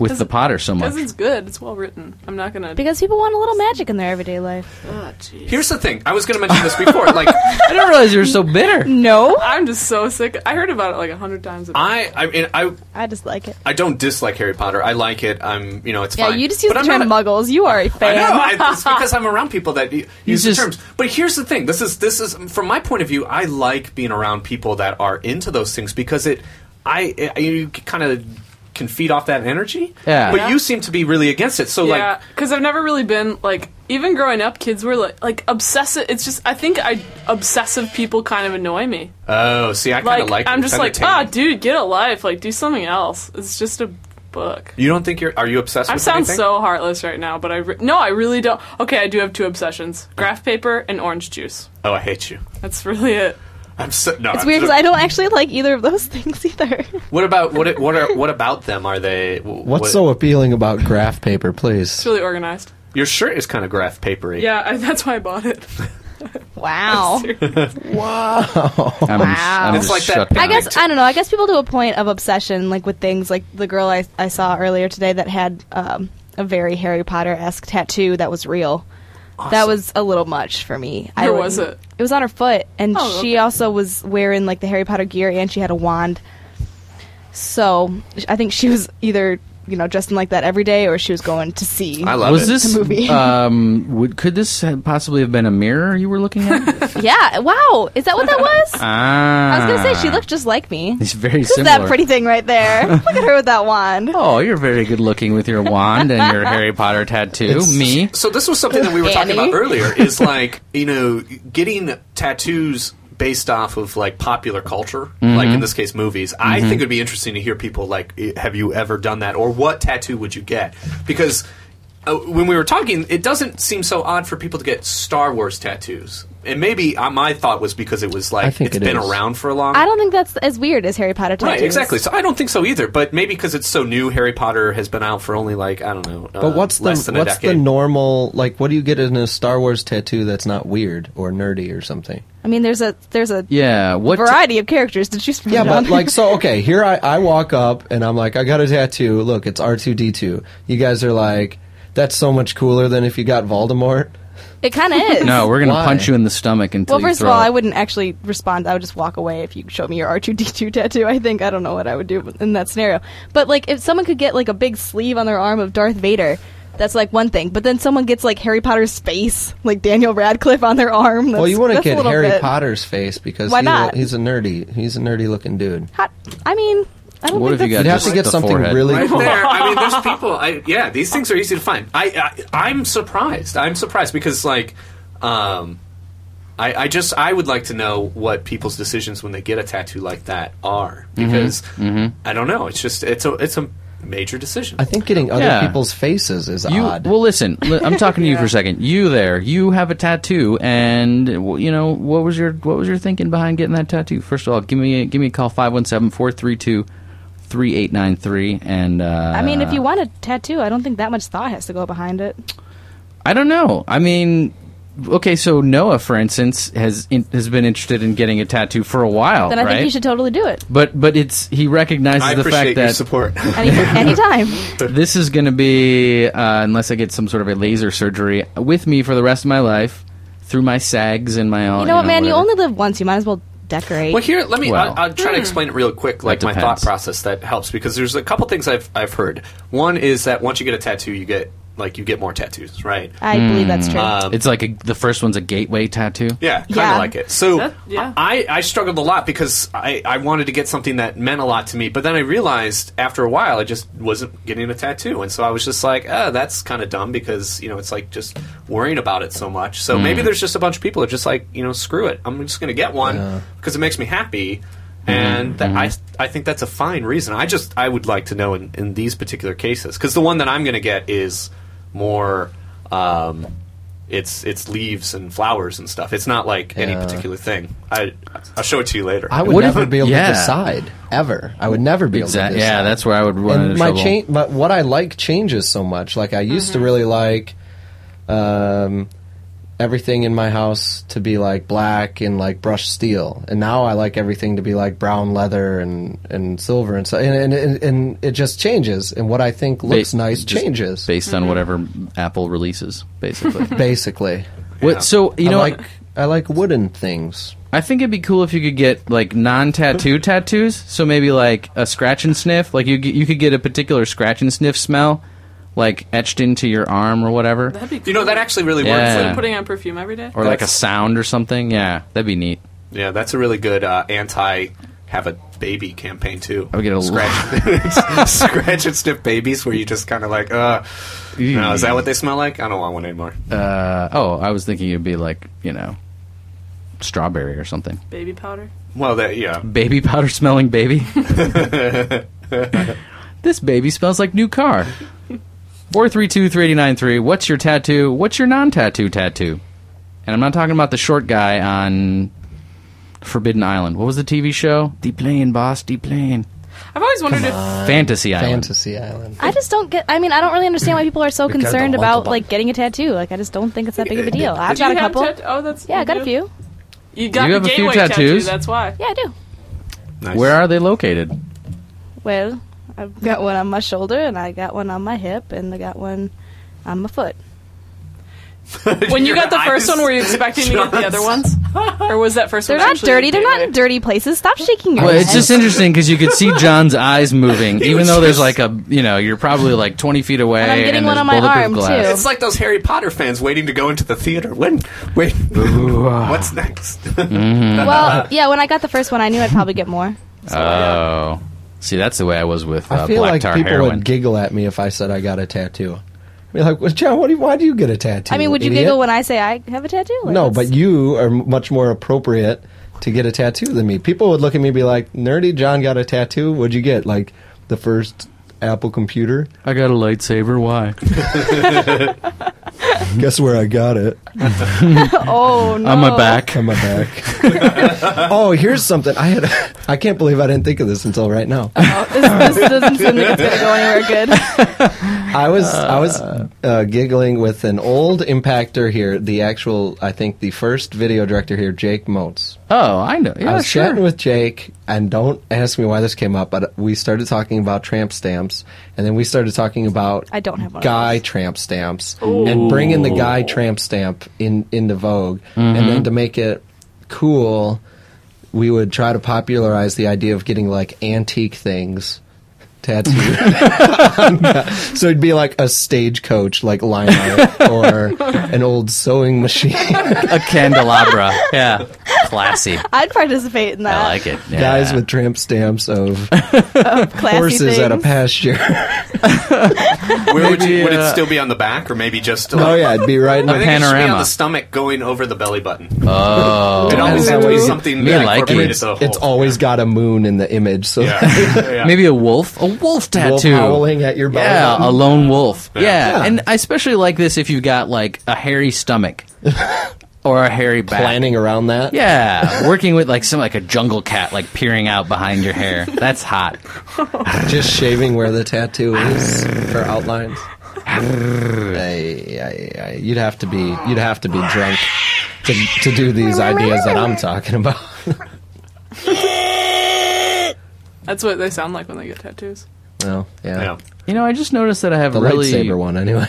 Speaker 3: with the Potter so much.
Speaker 7: Because it's good. It's well written. I'm not gonna.
Speaker 4: Because people want a little magic in their everyday life.
Speaker 7: Ah, jeez.
Speaker 6: Here's the thing. I was going to mention this before. Like,
Speaker 3: I didn't realize you were so bitter.
Speaker 4: No,
Speaker 7: I'm just so sick. I heard about it like a hundred times. A
Speaker 6: I, I mean, I,
Speaker 4: I just like it.
Speaker 6: I don't dislike Harry Potter. I like it. I'm, you know, it's
Speaker 4: Yeah,
Speaker 6: fine.
Speaker 4: you just use
Speaker 6: But
Speaker 4: the
Speaker 6: I'm
Speaker 4: term
Speaker 6: not a-
Speaker 4: muggles. You are a
Speaker 6: I
Speaker 4: fan.
Speaker 6: know. I, it's because I'm around people that u- use
Speaker 3: just-
Speaker 6: the terms. But here's the thing. This is this is from my point of view. I like being around people that are into those things because it, I, I you kind of can feed off that energy.
Speaker 3: Yeah.
Speaker 6: But
Speaker 3: Yeah.
Speaker 6: you seem to be really against it. So
Speaker 7: yeah,
Speaker 6: like,
Speaker 7: because I've never really been like even growing up, kids were like like obsessive. It's just I think I obsessive people kind of annoy me.
Speaker 6: oh, see, I kind
Speaker 7: Like,
Speaker 6: of like.
Speaker 7: I'm
Speaker 6: it. It's
Speaker 7: just like ah,
Speaker 6: entertaining.
Speaker 7: dude, get a life. Like do something else. It's just a book.
Speaker 6: You don't think you're? Are you obsessed?
Speaker 7: I
Speaker 6: with
Speaker 7: sound
Speaker 6: anything?
Speaker 7: so heartless right now, but I re- no, I really don't. Okay, I do have two obsessions: graph paper and orange juice.
Speaker 6: Oh, I hate you.
Speaker 7: That's really it.
Speaker 6: I'm so no.
Speaker 4: It's weird because I don't actually like either of those things either.
Speaker 6: What about what? What are? What about them? Are they? wh-
Speaker 5: What's
Speaker 6: what-
Speaker 5: so appealing about graph paper, please?
Speaker 7: It's really organized.
Speaker 6: Your shirt is kind of graph papery.
Speaker 7: Yeah, I, that's why I bought it.
Speaker 4: Wow.
Speaker 3: I'm,
Speaker 4: Wow.
Speaker 3: I'm
Speaker 6: It's
Speaker 3: just
Speaker 6: like that
Speaker 3: shut
Speaker 6: picture.
Speaker 4: I
Speaker 3: down.
Speaker 4: guess I don't know. I guess people do a point of obsession, like with things like the girl I, I saw earlier today that had um, a very Harry Potter esque tattoo that was real. That was a little much for me. I
Speaker 7: Where was
Speaker 4: wouldn't-
Speaker 7: it?
Speaker 4: It was on her foot, and
Speaker 7: Oh,
Speaker 4: she
Speaker 7: okay.
Speaker 4: also was wearing like the Harry Potter gear, and she had a wand. So I think she was either you know dressed in like that every day, or she was going to see.
Speaker 6: I love
Speaker 3: was
Speaker 6: it.
Speaker 3: this
Speaker 4: movie.
Speaker 3: um would, could this have possibly have been a mirror you were looking at?
Speaker 4: yeah. Wow. Is that what that was?
Speaker 3: ah.
Speaker 4: I was gonna say she looked just like me.
Speaker 3: It's very
Speaker 4: Who's
Speaker 3: similar.
Speaker 4: that pretty thing right there? Look at her with that wand.
Speaker 3: Oh, you're very good looking with your wand and your Harry Potter tattoo. Me.
Speaker 6: So this was something that we were talking
Speaker 4: Annie?
Speaker 6: about earlier. Is like you know getting tattoos based off of like popular culture, like
Speaker 5: Mm-hmm.
Speaker 6: in this case movies. I think it'd be interesting to hear people like, i- have you ever done that, or what tattoo would you get? Because uh, when we were talking, it doesn't seem so odd for people to get Star Wars tattoos. And maybe uh, my thought was because it was like
Speaker 5: I think
Speaker 6: it's
Speaker 5: it
Speaker 6: been
Speaker 5: is.
Speaker 6: around for a long.
Speaker 4: I don't think that's as weird as Harry Potter tattoos.
Speaker 6: Right, exactly. So I don't think so either. But maybe because it's so new, Harry Potter has been out for only like I don't know. uh,
Speaker 5: But what's the
Speaker 6: less
Speaker 5: what's
Speaker 6: than a
Speaker 5: the
Speaker 6: decade.
Speaker 5: normal like? What do you get in a Star Wars tattoo that's not weird or nerdy or something?
Speaker 4: I mean, there's a there's a
Speaker 3: Yeah. What?
Speaker 4: variety of characters to choose from.
Speaker 5: Yeah, but
Speaker 4: John.
Speaker 5: like so okay, here I, I walk up and I'm like, I got a tattoo. Look, it's R two D two. You guys are like, that's so much cooler than if you got Voldemort.
Speaker 4: it kind of is.
Speaker 3: no, we're gonna
Speaker 5: Why?
Speaker 3: punch you in the stomach until
Speaker 4: Well,
Speaker 3: you
Speaker 4: first of
Speaker 3: throw
Speaker 4: all, I
Speaker 3: up.
Speaker 4: wouldn't actually respond. I would just walk away if you showed me your R two D two tattoo. I think I don't know what I would do in that scenario. But like, if someone could get like a big sleeve on their arm of Darth Vader. That's like one thing, but then someone gets like Harry Potter's face, like Daniel Radcliffe on their arm. That's,
Speaker 5: well, you want to
Speaker 4: that's a
Speaker 5: get
Speaker 4: little
Speaker 5: Harry
Speaker 4: bit-
Speaker 5: Potter's face because
Speaker 4: Why
Speaker 5: he's a-
Speaker 4: not?
Speaker 5: he's a nerdy. He's a nerdy looking dude.
Speaker 4: Hot- I mean, I don't
Speaker 3: What
Speaker 4: think
Speaker 3: if
Speaker 5: You'd
Speaker 3: you
Speaker 4: that's-
Speaker 3: Yeah,
Speaker 5: have to
Speaker 3: just
Speaker 5: get
Speaker 3: the
Speaker 5: something
Speaker 3: forehead.
Speaker 5: really.
Speaker 6: Right there. I mean, there's people. I, yeah, these things are easy to find. I, I I'm surprised. I'm surprised because like, um, I, I just I would like to know what people's decisions when they get a tattoo like that are
Speaker 3: Mm-hmm.
Speaker 6: because I don't know. It's just it's a it's a major decision.
Speaker 5: I think getting other
Speaker 3: Yeah.
Speaker 5: people's faces is
Speaker 3: You,
Speaker 5: odd.
Speaker 3: well, listen. Li- I'm talking to you for a second. You there? You have a tattoo, and w- you know what was your what was your thinking behind getting that tattoo? First of all, give me a, give me a call 517-432-3893 and uh,
Speaker 4: I mean, if you want a tattoo, I don't think that much thought has to go behind it.
Speaker 3: I don't know. I mean, okay, so Noah, for instance, has in, has been interested in getting a tattoo for a while,
Speaker 4: Then I
Speaker 3: right?
Speaker 4: think you should totally do it
Speaker 3: But but it's he recognizes
Speaker 6: I
Speaker 3: the
Speaker 6: appreciate
Speaker 3: fact
Speaker 6: your
Speaker 3: that
Speaker 6: support.
Speaker 4: Any, anytime.
Speaker 3: this is going to be uh, unless I get some sort of a laser surgery with me for the rest of my life through my sags and my all.
Speaker 4: You know what, man? You
Speaker 3: whatever.
Speaker 4: only live once. You might as well decorate.
Speaker 6: Well, here, let me.
Speaker 3: Well.
Speaker 6: I'll, I'll try to explain it real quick, like my
Speaker 3: depends.
Speaker 6: thought process that helps because there's a couple things I've I've heard. One is that once you get a tattoo, you get like you get more tattoos, right?
Speaker 4: I believe that's true.
Speaker 3: It's like a, the first one's a gateway tattoo.
Speaker 6: Yeah, kind of
Speaker 4: Yeah.
Speaker 6: like it. So
Speaker 7: That- yeah.
Speaker 6: I, I struggled a lot because I, I wanted to get something that meant a lot to me, but then I realized after a while I just wasn't getting a tattoo, and so I was just like, oh, that's kind of dumb because you know it's like just worrying about it so much. So maybe there's just a bunch of people that are just like you know screw it, I'm just gonna get one because it makes me happy. And that, I, I think that's a fine reason. I just I would like to know in, in these particular cases because the one that I'm going to get is more um, it's it's leaves and flowers and stuff. It's not like any
Speaker 5: Yeah.
Speaker 6: particular thing. I I'll show it to you later.
Speaker 5: I would
Speaker 3: What if
Speaker 5: never
Speaker 3: it-
Speaker 5: be able
Speaker 3: yeah.
Speaker 5: to decide ever. I would never be able
Speaker 3: Exactly.
Speaker 5: to decide.
Speaker 3: Yeah, that's where I would run
Speaker 5: and
Speaker 3: into
Speaker 5: my
Speaker 3: trouble.
Speaker 5: change, but
Speaker 4: Mm-hmm.
Speaker 5: what I like changes so much. Like I used to really like, um, everything in my house to be like black and like brushed steel, and now I like everything to be like brown leather and, and silver and so and, and, and, and it just changes. And what I think looks
Speaker 3: Ba-
Speaker 5: nice
Speaker 3: just
Speaker 5: changes
Speaker 3: based
Speaker 4: Mm-hmm.
Speaker 3: on whatever Apple releases, basically.
Speaker 5: basically.
Speaker 3: What, so you
Speaker 5: I
Speaker 3: know,
Speaker 5: like I like wooden things.
Speaker 3: I think it'd be cool if you could get like non-tattoo tattoos. So maybe like a scratch and sniff. Like you g- you could get a particular scratch and sniff smell, like etched into your arm or whatever,
Speaker 7: That'd be cool.
Speaker 6: You know that actually really
Speaker 3: Yeah.
Speaker 6: works.
Speaker 7: Instead of putting on perfume every day.
Speaker 3: Eh. or like a
Speaker 6: That's-
Speaker 3: sound or something. Yeah, that'd be neat.
Speaker 6: Yeah, that's a really good uh, anti have a baby campaign too.
Speaker 3: I would get a
Speaker 6: scratch, scratch and sniff babies, where you just kind of like, uh, no, is that what they smell like? I don't want one anymore.
Speaker 3: Uh, oh, I was thinking it'd be like you know, strawberry or something.
Speaker 7: Baby powder.
Speaker 6: Well, that yeah,
Speaker 3: Baby powder smelling baby. this baby smells like new car. Four three two three eighty nine three. What's your tattoo? What's your non tattoo tattoo? And I'm not talking about the short guy on Forbidden Island. What was the TV show? Deep Plane, boss. Deep Plane.
Speaker 7: I've always wondered if
Speaker 3: Fantasy Island.
Speaker 5: Fantasy Island.
Speaker 4: I just don't get. I mean, I don't really understand why people are so
Speaker 5: Because the
Speaker 4: concerned
Speaker 5: whole
Speaker 4: about
Speaker 5: button.
Speaker 4: like getting a tattoo. Like, I just don't think it's that big of a deal. I've
Speaker 7: Do you
Speaker 4: got a
Speaker 7: have
Speaker 4: couple.
Speaker 7: tat- oh, that's
Speaker 4: yeah, I
Speaker 7: you
Speaker 4: got
Speaker 7: do?
Speaker 4: a few.
Speaker 7: You got
Speaker 3: You
Speaker 7: the
Speaker 3: have a few
Speaker 7: gateway tattoo.
Speaker 3: tattoos.
Speaker 7: That's why.
Speaker 4: Yeah, I do.
Speaker 6: nice.
Speaker 3: Where are they located?
Speaker 4: Well, I've got one on my shoulder, and I got one on my hip, and I got one on my foot.
Speaker 7: When you got the first
Speaker 6: eyes.
Speaker 7: one, were you expecting to get the other ones, or was that first
Speaker 4: They're
Speaker 7: one?
Speaker 4: not
Speaker 7: actually
Speaker 4: dirty. They're not
Speaker 7: gateway?
Speaker 4: in dirty places. Stop shaking your
Speaker 3: Well,
Speaker 4: head.
Speaker 3: it's just interesting because you could see John's eyes moving, even though there's like a you know you're probably like 20 feet away.
Speaker 4: I'm getting
Speaker 3: and
Speaker 4: one
Speaker 3: there's
Speaker 4: on my
Speaker 3: bulletproof
Speaker 4: arm,
Speaker 3: glass.
Speaker 4: too.
Speaker 6: It's like those Harry Potter fans waiting to go into the theater. When? Wait. What's next?
Speaker 5: Mm.
Speaker 4: well, yeah. When I got the first one, I knew I'd probably get more.
Speaker 3: Oh, see, that's the way I was with uh,
Speaker 5: I feel
Speaker 3: black
Speaker 5: like
Speaker 3: tar
Speaker 5: people
Speaker 3: heroin.
Speaker 5: would giggle at me if I said I got a tattoo. I'd be like, well, John, what do you, why do you get a tattoo?
Speaker 4: I mean, would you
Speaker 5: idiot?"
Speaker 4: giggle when I say I have a tattoo? Like,
Speaker 5: No,
Speaker 4: that's-
Speaker 5: but you are m- much more appropriate to get a tattoo than me. People would look at me and be like, "Nerdy John got a tattoo. What'd you get? Like the first Apple computer?
Speaker 3: I got a lightsaber. Why?
Speaker 5: Guess where I got it?
Speaker 4: oh no,
Speaker 3: On my back.
Speaker 5: On my back. oh, here's something. I had. I can't believe I didn't think of this until right now.
Speaker 4: this, this doesn't seem like it's gonna go anywhere good.
Speaker 5: I was I was uh, giggling with an old impactor here. The actual, I think, the first video director here, Jake Motes.
Speaker 3: Oh, I know.
Speaker 5: I
Speaker 3: Yeah,
Speaker 5: was
Speaker 3: sure.
Speaker 5: chatting with Jake, and don't ask me why this came up, but we started talking about tramp stamps, and then we started talking about
Speaker 4: I don't have one of
Speaker 5: guy tramp stamps and bringing the guy tramp stamp in into vogue, and
Speaker 3: Mm-hmm.
Speaker 5: then to make it cool, we would try to popularize the idea of getting like antique things tattooed. So it'd be like a stagecoach, like line art, or an old sewing machine.
Speaker 3: a candelabra. yeah, classy.
Speaker 4: I'd participate in that.
Speaker 3: I like it. Yeah.
Speaker 5: Guys with tramp stamps of
Speaker 4: Classy
Speaker 5: horses
Speaker 4: things.
Speaker 5: at a pasture.
Speaker 6: Where would you? Would it
Speaker 3: uh,
Speaker 6: still be on the back, or maybe just? Like,
Speaker 5: oh yeah, it'd be right in
Speaker 6: I
Speaker 5: the
Speaker 6: think it should be
Speaker 3: Panorama.
Speaker 6: on the stomach, going over the belly button.
Speaker 3: Oh,
Speaker 6: it always
Speaker 5: Ooh.
Speaker 6: has to be something
Speaker 3: Me
Speaker 6: that
Speaker 3: like it.
Speaker 6: incorporated
Speaker 5: it's,
Speaker 6: the whole-
Speaker 5: it's always got a moon in the image, so
Speaker 6: Yeah. Yeah.
Speaker 3: maybe a wolf. A wolf
Speaker 5: wolf
Speaker 3: tattoo.
Speaker 5: howling at your belly.
Speaker 3: yeah, a lone wolf. Yeah.
Speaker 5: Yeah.
Speaker 3: and I especially like this if you've got like a hairy stomach or a hairy back.
Speaker 5: planning around that.
Speaker 3: Yeah, working with like some like a jungle cat like peering out behind your hair. That's hot.
Speaker 5: Just shaving where the tattoo is for outlines. Ay, ay, ay. You'd have to be you'd have to be drunk to, to do these ideas that I'm talking about.
Speaker 7: That's what they sound like when they get tattoos.
Speaker 5: Well, yeah.
Speaker 6: Yeah.
Speaker 3: You know, I just noticed that I have
Speaker 5: The
Speaker 3: really
Speaker 5: lightsaber one anyway.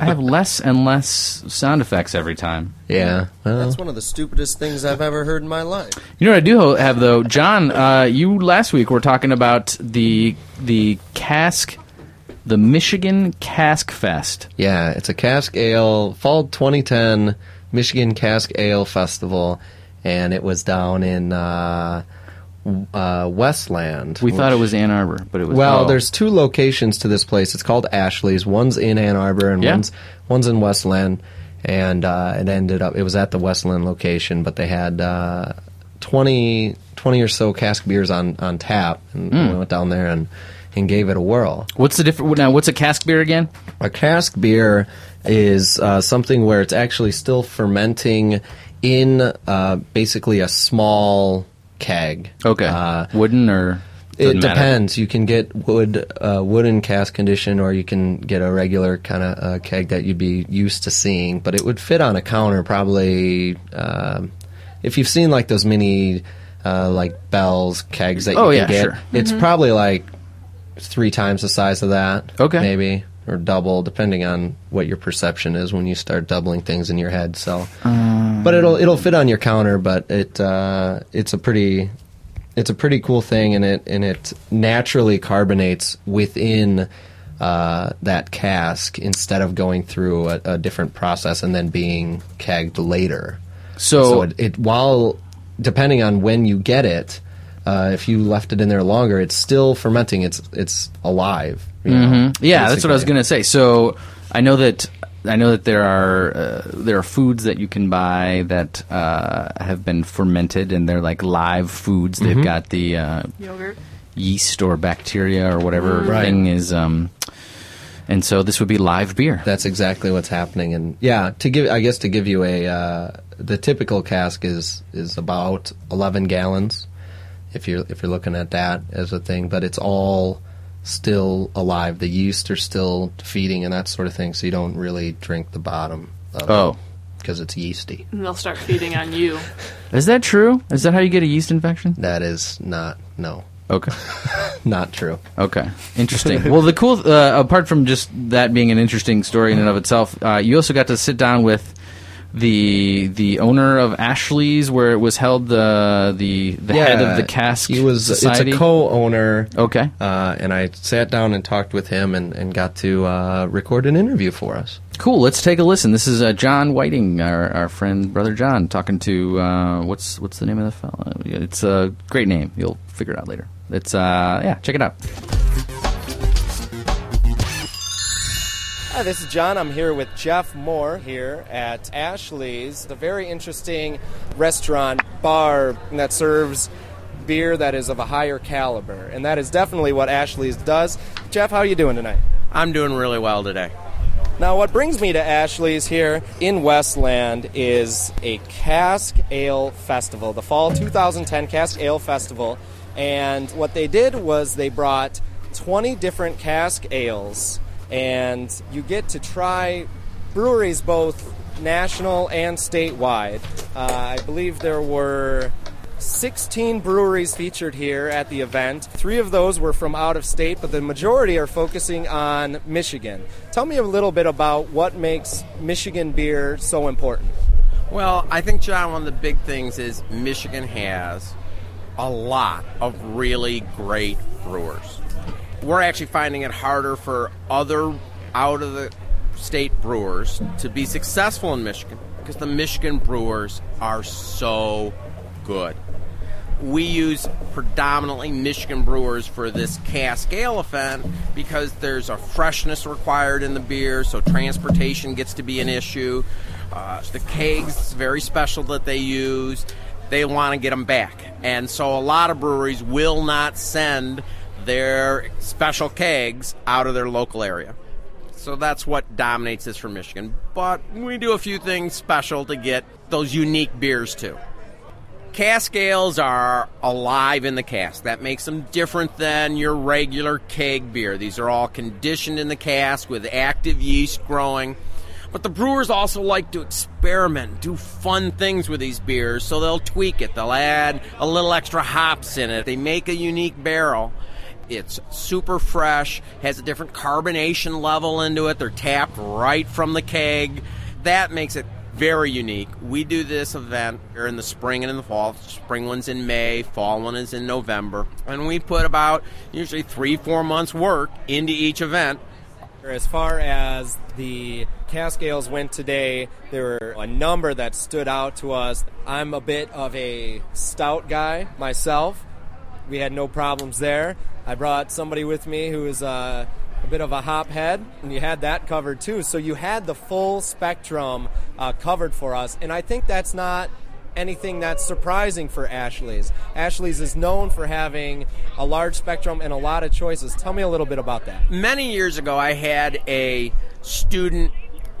Speaker 3: I have less and less sound effects every time.
Speaker 5: yeah. Well,
Speaker 9: That's one of the stupidest things I've ever heard in my life.
Speaker 3: You know what I do ho- have though, John. Uh, you last week were talking about the the cask, the Michigan Cask Fest.
Speaker 5: Yeah, it's a cask ale fall 2010 Michigan Cask Ale Festival, and it was down in uh, w- uh, Westland.
Speaker 3: We thought it was Ann Arbor, but it was
Speaker 5: Well,
Speaker 3: oh.
Speaker 5: there's two locations to this place. It's called Ashley's. One's in Ann Arbor, and
Speaker 3: Yeah.
Speaker 5: one's one's in Westland. And uh, it ended up it was at the Westland location, but they had uh, 20, 20 or so cask beers on on tap, and
Speaker 3: Hmm.
Speaker 5: we went down there and and gave it a whirl.
Speaker 3: what's the different now? What's a cask beer again?
Speaker 5: A cask beer is uh, something where it's actually still fermenting in uh, basically a small keg.
Speaker 3: Okay,
Speaker 5: Uh,
Speaker 3: wooden or
Speaker 5: It
Speaker 3: Doesn't matter.
Speaker 5: depends. You can get wood, uh, wooden cast condition, or you can get a regular kind of uh, keg that you'd be used to seeing. But it would fit on a counter probably. Um, if you've seen like those mini, uh, like Bell's kegs that you
Speaker 3: Oh,
Speaker 5: can
Speaker 3: yeah,
Speaker 5: get,
Speaker 3: sure.
Speaker 5: it's probably like three times the size of that.
Speaker 3: Okay.
Speaker 5: maybe or double, depending on what your perception is when you start doubling things in your head. So, but it'll it'll fit on your counter. But it uh, it's a pretty it's a pretty cool thing, and it and it naturally carbonates within uh, that cask instead of going through a, a different process and then being kegged later.
Speaker 3: So-
Speaker 5: it, it while depending on when you get it, uh, if you left it in there longer, it's still fermenting. It's it's alive. you know,
Speaker 3: Mm-hmm. Yeah, that's what I was
Speaker 5: basically.
Speaker 3: gonna say. So I know that I know that there are uh, there are foods that you can buy that uh, have been fermented and they're like live foods.
Speaker 5: Mm-hmm.
Speaker 3: They've got the uh,
Speaker 7: Yogurt.
Speaker 3: yeast or bacteria or whatever
Speaker 5: Mm. Right.
Speaker 3: thing is. Um, and so this would be live beer.
Speaker 5: That's exactly what's happening, and yeah, to give I guess to give you a uh, the typical cask is is about eleven gallons, if you're if you're looking at that as a thing, but it's all still alive. The yeast are still feeding and that sort of thing, so you don't really drink the bottom. Of
Speaker 3: Oh.
Speaker 5: because it's yeasty.
Speaker 7: And they'll start feeding on you.
Speaker 3: Is that true? Is that how you get a yeast infection?
Speaker 5: That is not no,
Speaker 3: Okay.
Speaker 5: not true.
Speaker 3: Okay, interesting. well, the cool uh, apart from just that being an interesting story in and of itself, uh, you also got to sit down with the the owner of Ashley's, where it was held the the, the head of the cask.
Speaker 5: He was
Speaker 3: society.
Speaker 5: it's a co-owner.
Speaker 3: Okay.
Speaker 5: Uh, and I sat down and talked with him and, and got to uh, record an interview for us.
Speaker 3: cool. Let's take a listen. This is uh, John Whiting, our, our friend brother John, talking to uh, what's what's the name of the fella? It's a great name. You'll figure it out later. It's uh yeah, check it out.
Speaker 10: Hi, this is John. I'm here with Jeff Moore here at Ashley's, the very interesting restaurant bar that serves beer that is of a higher caliber, and that is definitely what Ashley's does. Jeff, how are you doing tonight?
Speaker 6: I'm doing really well today.
Speaker 10: Now, what brings me to Ashley's here in Westland is a Cask Ale Festival, the fall 2010 Cask Ale Festival. And what they did was they brought 20 different cask ales, and you get to try breweries both national and statewide. Uh, I believe there were 16 breweries featured here at the event. Three of those were from out of state, but the majority are focusing on Michigan. Tell me a little bit about what makes Michigan beer so important.
Speaker 6: Well, I think, John, one of the big things is Michigan has a lot of really great brewers. We're actually finding it harder for other out of the state brewers to be successful in Michigan because the Michigan brewers are so good. We use predominantly Michigan brewers for this cask ale event because there's a freshness required in the beer, so transportation gets to be an issue. Uh, the kegs, it's very special that they use. They want to get them back, and so a lot of breweries will not send their special kegs out of their local area. So that's what dominates this for Michigan. But we do a few things special to get those unique beers too. Cask ales are alive in the cask. That makes them different than your regular keg beer. These are all conditioned in the cask with active yeast growing. But the brewers also like to experiment, do fun things with these beers, so they'll tweak it. They'll add a little extra hops in it. They make a unique barrel. It's super fresh, has a different carbonation level into it. They're tapped right from the keg. That makes it very unique. We do this event here in the spring and in the fall. Spring one's in May, fall one is in November. And we put about usually three, four months' work into each event.
Speaker 10: As far as the cask ales went today, there were a number that stood out to us. I'm a bit of a stout guy myself. We had no problems there. I brought somebody with me who is uh, a bit of a hop head, and you had that covered too. So you had the full spectrum uh, covered for us, and I think that's not anything that's surprising for Ashley's. Ashley's is known for having a large spectrum and a lot of choices. Tell me a little bit about that.
Speaker 6: Many years ago, I had a student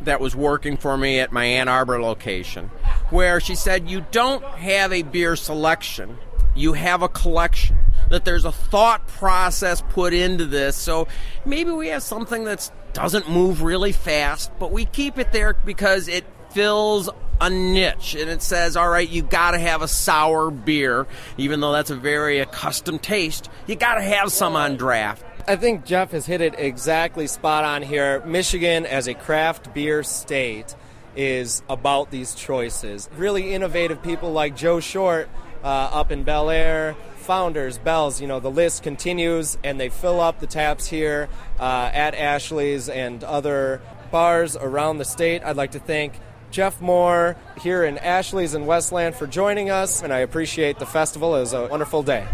Speaker 6: that was working for me at my Ann Arbor location where she said, You don't have a beer selection, you have a collection.
Speaker 11: that there's a thought process put into this. So maybe we have something that doesn't move really fast, but we keep it there because it fills a niche and it says, all right, you gotta have a sour beer, even though that's a very accustomed taste. You gotta have some on draft.
Speaker 9: I think Jeff has hit it exactly spot on here. Michigan, as a craft beer state, is about these choices. Really innovative people like Joe Short uh, up in Bel Air, founders, Bells, you know, the list continues and they fill up the taps here uh, at Ashley's and other bars around the state. I'd like to thank Jeff Moore here in Ashley's in Westland for joining us, and I appreciate the festival. It was a wonderful day.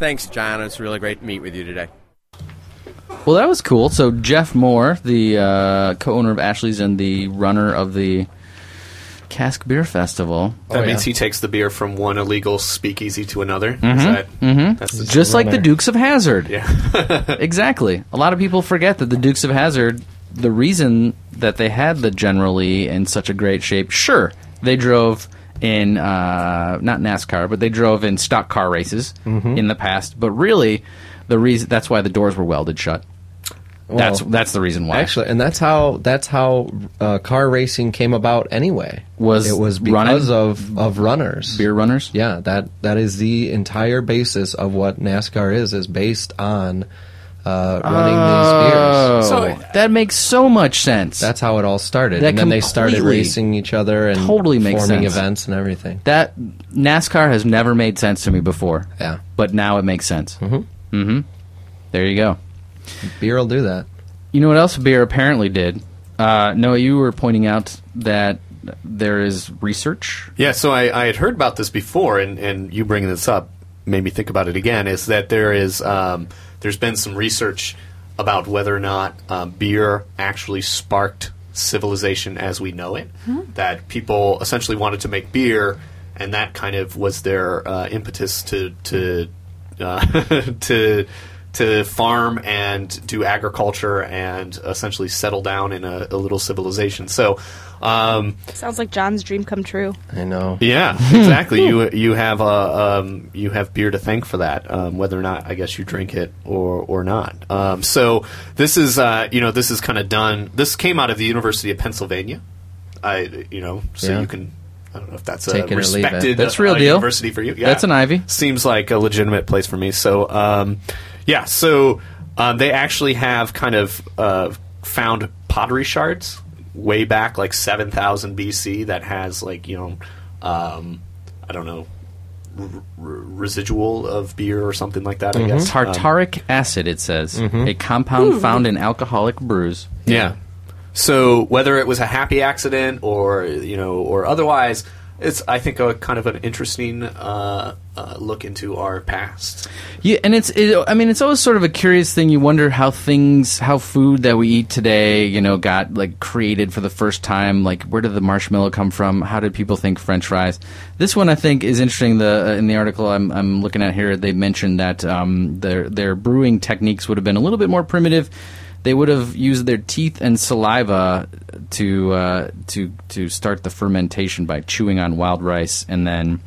Speaker 11: Thanks, John. It's really great to meet with you today.
Speaker 3: Well, that was cool. So Jeff Moore, the uh, co-owner of Ashley's and the runner of the Cask Beer Festival,
Speaker 6: That means he takes the beer from one illegal speakeasy to another. Is that, That's the,
Speaker 3: just like the Dukes of Hazard.
Speaker 6: yeah.
Speaker 3: Exactly. A lot of people forget that the Dukes of Hazard, the reason that they had the General Lee in such a great shape, sure, they drove in uh, not NASCAR, but they drove in stock car races in the past. But really, the reason that's why the doors were welded shut. that's that's the reason why.
Speaker 5: Actually, and that's how that's how uh, car racing came about. Anyway,
Speaker 3: Was
Speaker 5: it was
Speaker 3: running?
Speaker 5: because of of runners,
Speaker 3: beer runners.
Speaker 5: Yeah, that that is the entire basis of what NASCAR is is based on uh, running these beers.
Speaker 3: So Oh, that makes so much sense.
Speaker 5: That's how it all started.
Speaker 3: That
Speaker 5: and then they started
Speaker 3: completely-
Speaker 5: racing each other and
Speaker 3: totally makes
Speaker 5: forming
Speaker 3: sense.
Speaker 5: events and everything.
Speaker 3: that NASCAR has never made sense to me before.
Speaker 5: Yeah.
Speaker 3: but now it makes sense. Mm-hmm. Mm-hmm. There you go.
Speaker 5: Beer will do that.
Speaker 3: You know what else beer apparently did? Uh, Noah, you were pointing out that there is research.
Speaker 6: Yeah, so I, I had heard about this before, and, and you bringing this up made me think about it again. Is that there is um, there's been some research about whether or not um, beer actually sparked civilization as we know it. That people essentially wanted to make beer, and that kind of was their uh, impetus to to uh, to to farm and do agriculture and essentially settle down in a, a little civilization. So. Um,
Speaker 4: Sounds like John's dream come true.
Speaker 5: I know.
Speaker 6: yeah, exactly. you you have uh, um, you have beer to thank for that, um, whether or not I guess you drink it or or not. Um, so this is uh, you know this is kind of done. This came out of the University of Pennsylvania. I you know so
Speaker 5: Yeah.
Speaker 6: you can I don't know if that's
Speaker 5: Take it
Speaker 6: a
Speaker 5: or leave it.
Speaker 6: respected
Speaker 3: That's
Speaker 6: uh,
Speaker 3: real
Speaker 6: uh,
Speaker 3: deal.
Speaker 6: university for you. Yeah.
Speaker 3: That's an Ivy.
Speaker 6: Seems like a legitimate place for me. So um, yeah, so uh, they actually have kind of uh, found pottery shards way back like 7000 BC that has like you know um, I don't know r- r- residual of beer or something like
Speaker 3: Mm-hmm.
Speaker 6: that I guess
Speaker 3: Tartaric acid, it says, a compound found in alcoholic brews.
Speaker 6: Yeah. So whether it was a happy accident or you know or otherwise, it's I think a kind of an interesting uh, uh, look into our past.
Speaker 3: Yeah, and it's it, I mean it's always sort of a curious thing. You wonder how things, how food that we eat today, you know, got like created for the first time. Like, where did the marshmallow come from? How did people think French fries? This one I think is interesting. The uh, in the article I'm, I'm looking at here, they mentioned that um, their their brewing techniques would have been a little bit more primitive. They would have used their teeth and saliva to uh, to to start the fermentation by chewing on wild rice and then.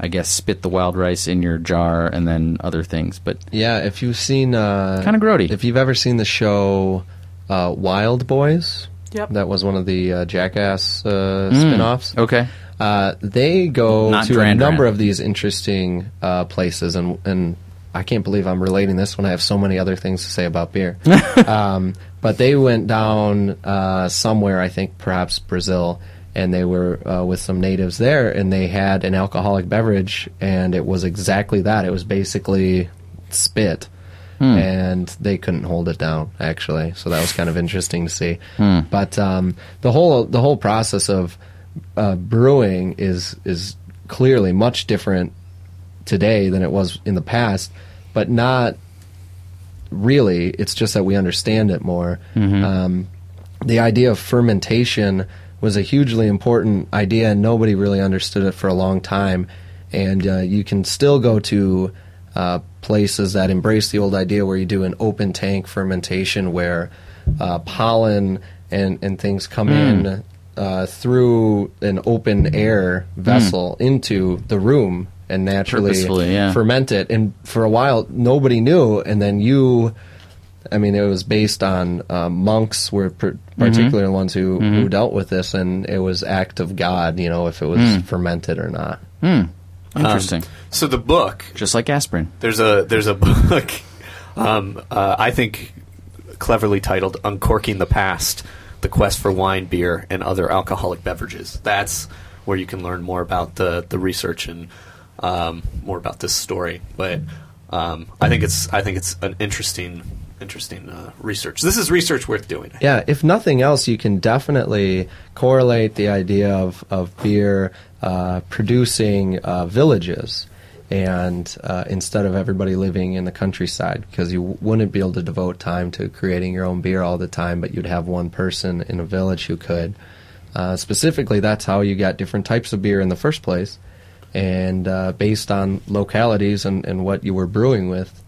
Speaker 3: I guess spit the wild rice in your jar and then other things. But
Speaker 5: Yeah, if you've seen uh,
Speaker 3: Kinda grody.
Speaker 5: If you've ever seen the show uh, Wild Boys,
Speaker 7: Yep.
Speaker 5: that was one of the uh, Jackass uh, spin-offs.
Speaker 3: Mm, okay,
Speaker 5: Uh, they go
Speaker 3: Not
Speaker 5: to
Speaker 3: Duran
Speaker 5: a number
Speaker 3: Duran.
Speaker 5: of these interesting uh, places, and and I can't believe I'm relating this when I have so many other things to say about beer. um, but they went down uh, somewhere, I think perhaps Brazil, and they were uh, with some natives there, and they had an alcoholic beverage, and it was exactly that. It was basically spit. And they couldn't hold it down, actually. So that was kind of interesting to see. But um, the whole the whole process of uh, brewing is is clearly much different today than it was in the past, but not really. It's just that we understand it more. Um, the idea of fermentation was a hugely important idea, and nobody really understood it for a long time. And uh, you can still go to uh, places that embrace the old idea where you do an open tank fermentation where uh, pollen and, and things
Speaker 3: Hmm.
Speaker 5: come
Speaker 3: Hmm.
Speaker 5: in uh, through an open air vessel into the room and naturally
Speaker 3: Purposefully, yeah.
Speaker 5: ferment it. And for a while, nobody knew. And then you, I mean, it was based on uh, monks were per- particular ones who, who dealt with this, and it was act of God, you know, if it was fermented or not.
Speaker 6: Um,
Speaker 3: Interesting.
Speaker 6: So the book
Speaker 3: Just like aspirin.
Speaker 6: there's a there's a book um, uh, I think cleverly titled "Uncorking the Past: The Quest for Wine, Beer, and Other Alcoholic Beverages." That's where you can learn more about the the research and um, more about this story. But um, I think it's I think it's an interesting interesting uh, research. This is research worth doing.
Speaker 5: Yeah, if nothing else, you can definitely correlate the idea of, of beer uh, producing uh, villages. And uh, instead of everybody living in the countryside, because you wouldn't be able to devote time to creating your own beer all the time, but you'd have one person in a village who could. Uh, specifically, that's how you got different types of beer in the first place. And uh, based on localities and, and what you were brewing with,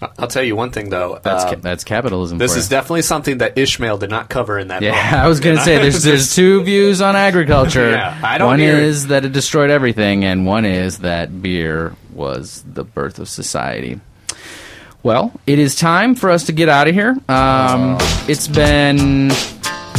Speaker 6: I- I'll tell you one thing though.
Speaker 3: That's
Speaker 6: uh,
Speaker 3: ca- that's capitalism.
Speaker 6: this
Speaker 3: for
Speaker 6: is
Speaker 3: you.
Speaker 6: definitely something that Ishmael did not cover in that. book.
Speaker 3: yeah. I was gonna say there's there's two views on agriculture.
Speaker 6: Yeah, I don't
Speaker 3: one
Speaker 6: hear-
Speaker 3: is that it destroyed everything, and one is that beer was the birth of society. Well, it is time for us to get out of here. Um, It's been,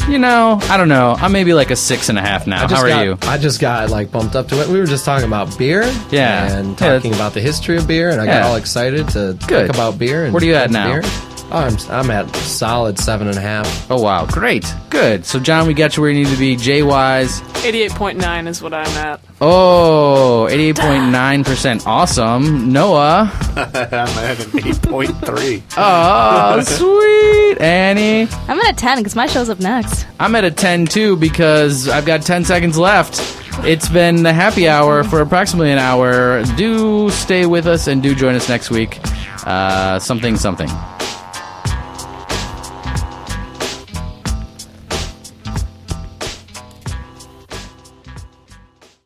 Speaker 3: you know, I don't know. I'm maybe like a six and a half now. How are
Speaker 5: got-
Speaker 3: you?
Speaker 5: I just got like bumped up to it. We were just talking about beer,
Speaker 3: Yeah. Yeah,
Speaker 5: and talking
Speaker 3: that's-
Speaker 5: about the history of beer, and I
Speaker 3: Yeah.
Speaker 5: got all excited to
Speaker 3: Good.
Speaker 5: talk about beer. And
Speaker 3: Where are you at now?
Speaker 5: beer. Oh, I'm I'm at solid seven and a half.
Speaker 3: Oh wow, great, good. So John, we got you where you need to be. Jay Wise,
Speaker 7: 88.9 is what I'm at.
Speaker 3: oh, 88.9 percent, awesome. Noah,
Speaker 6: I'm at an eight point three.
Speaker 3: oh sweet. Annie,
Speaker 4: I'm at a 10 because my show's up next.
Speaker 3: I'm at a 10 too because I've got 10 seconds left. It's been the happy hour for approximately an hour. Do stay with us and do join us next week. Uh, something, something.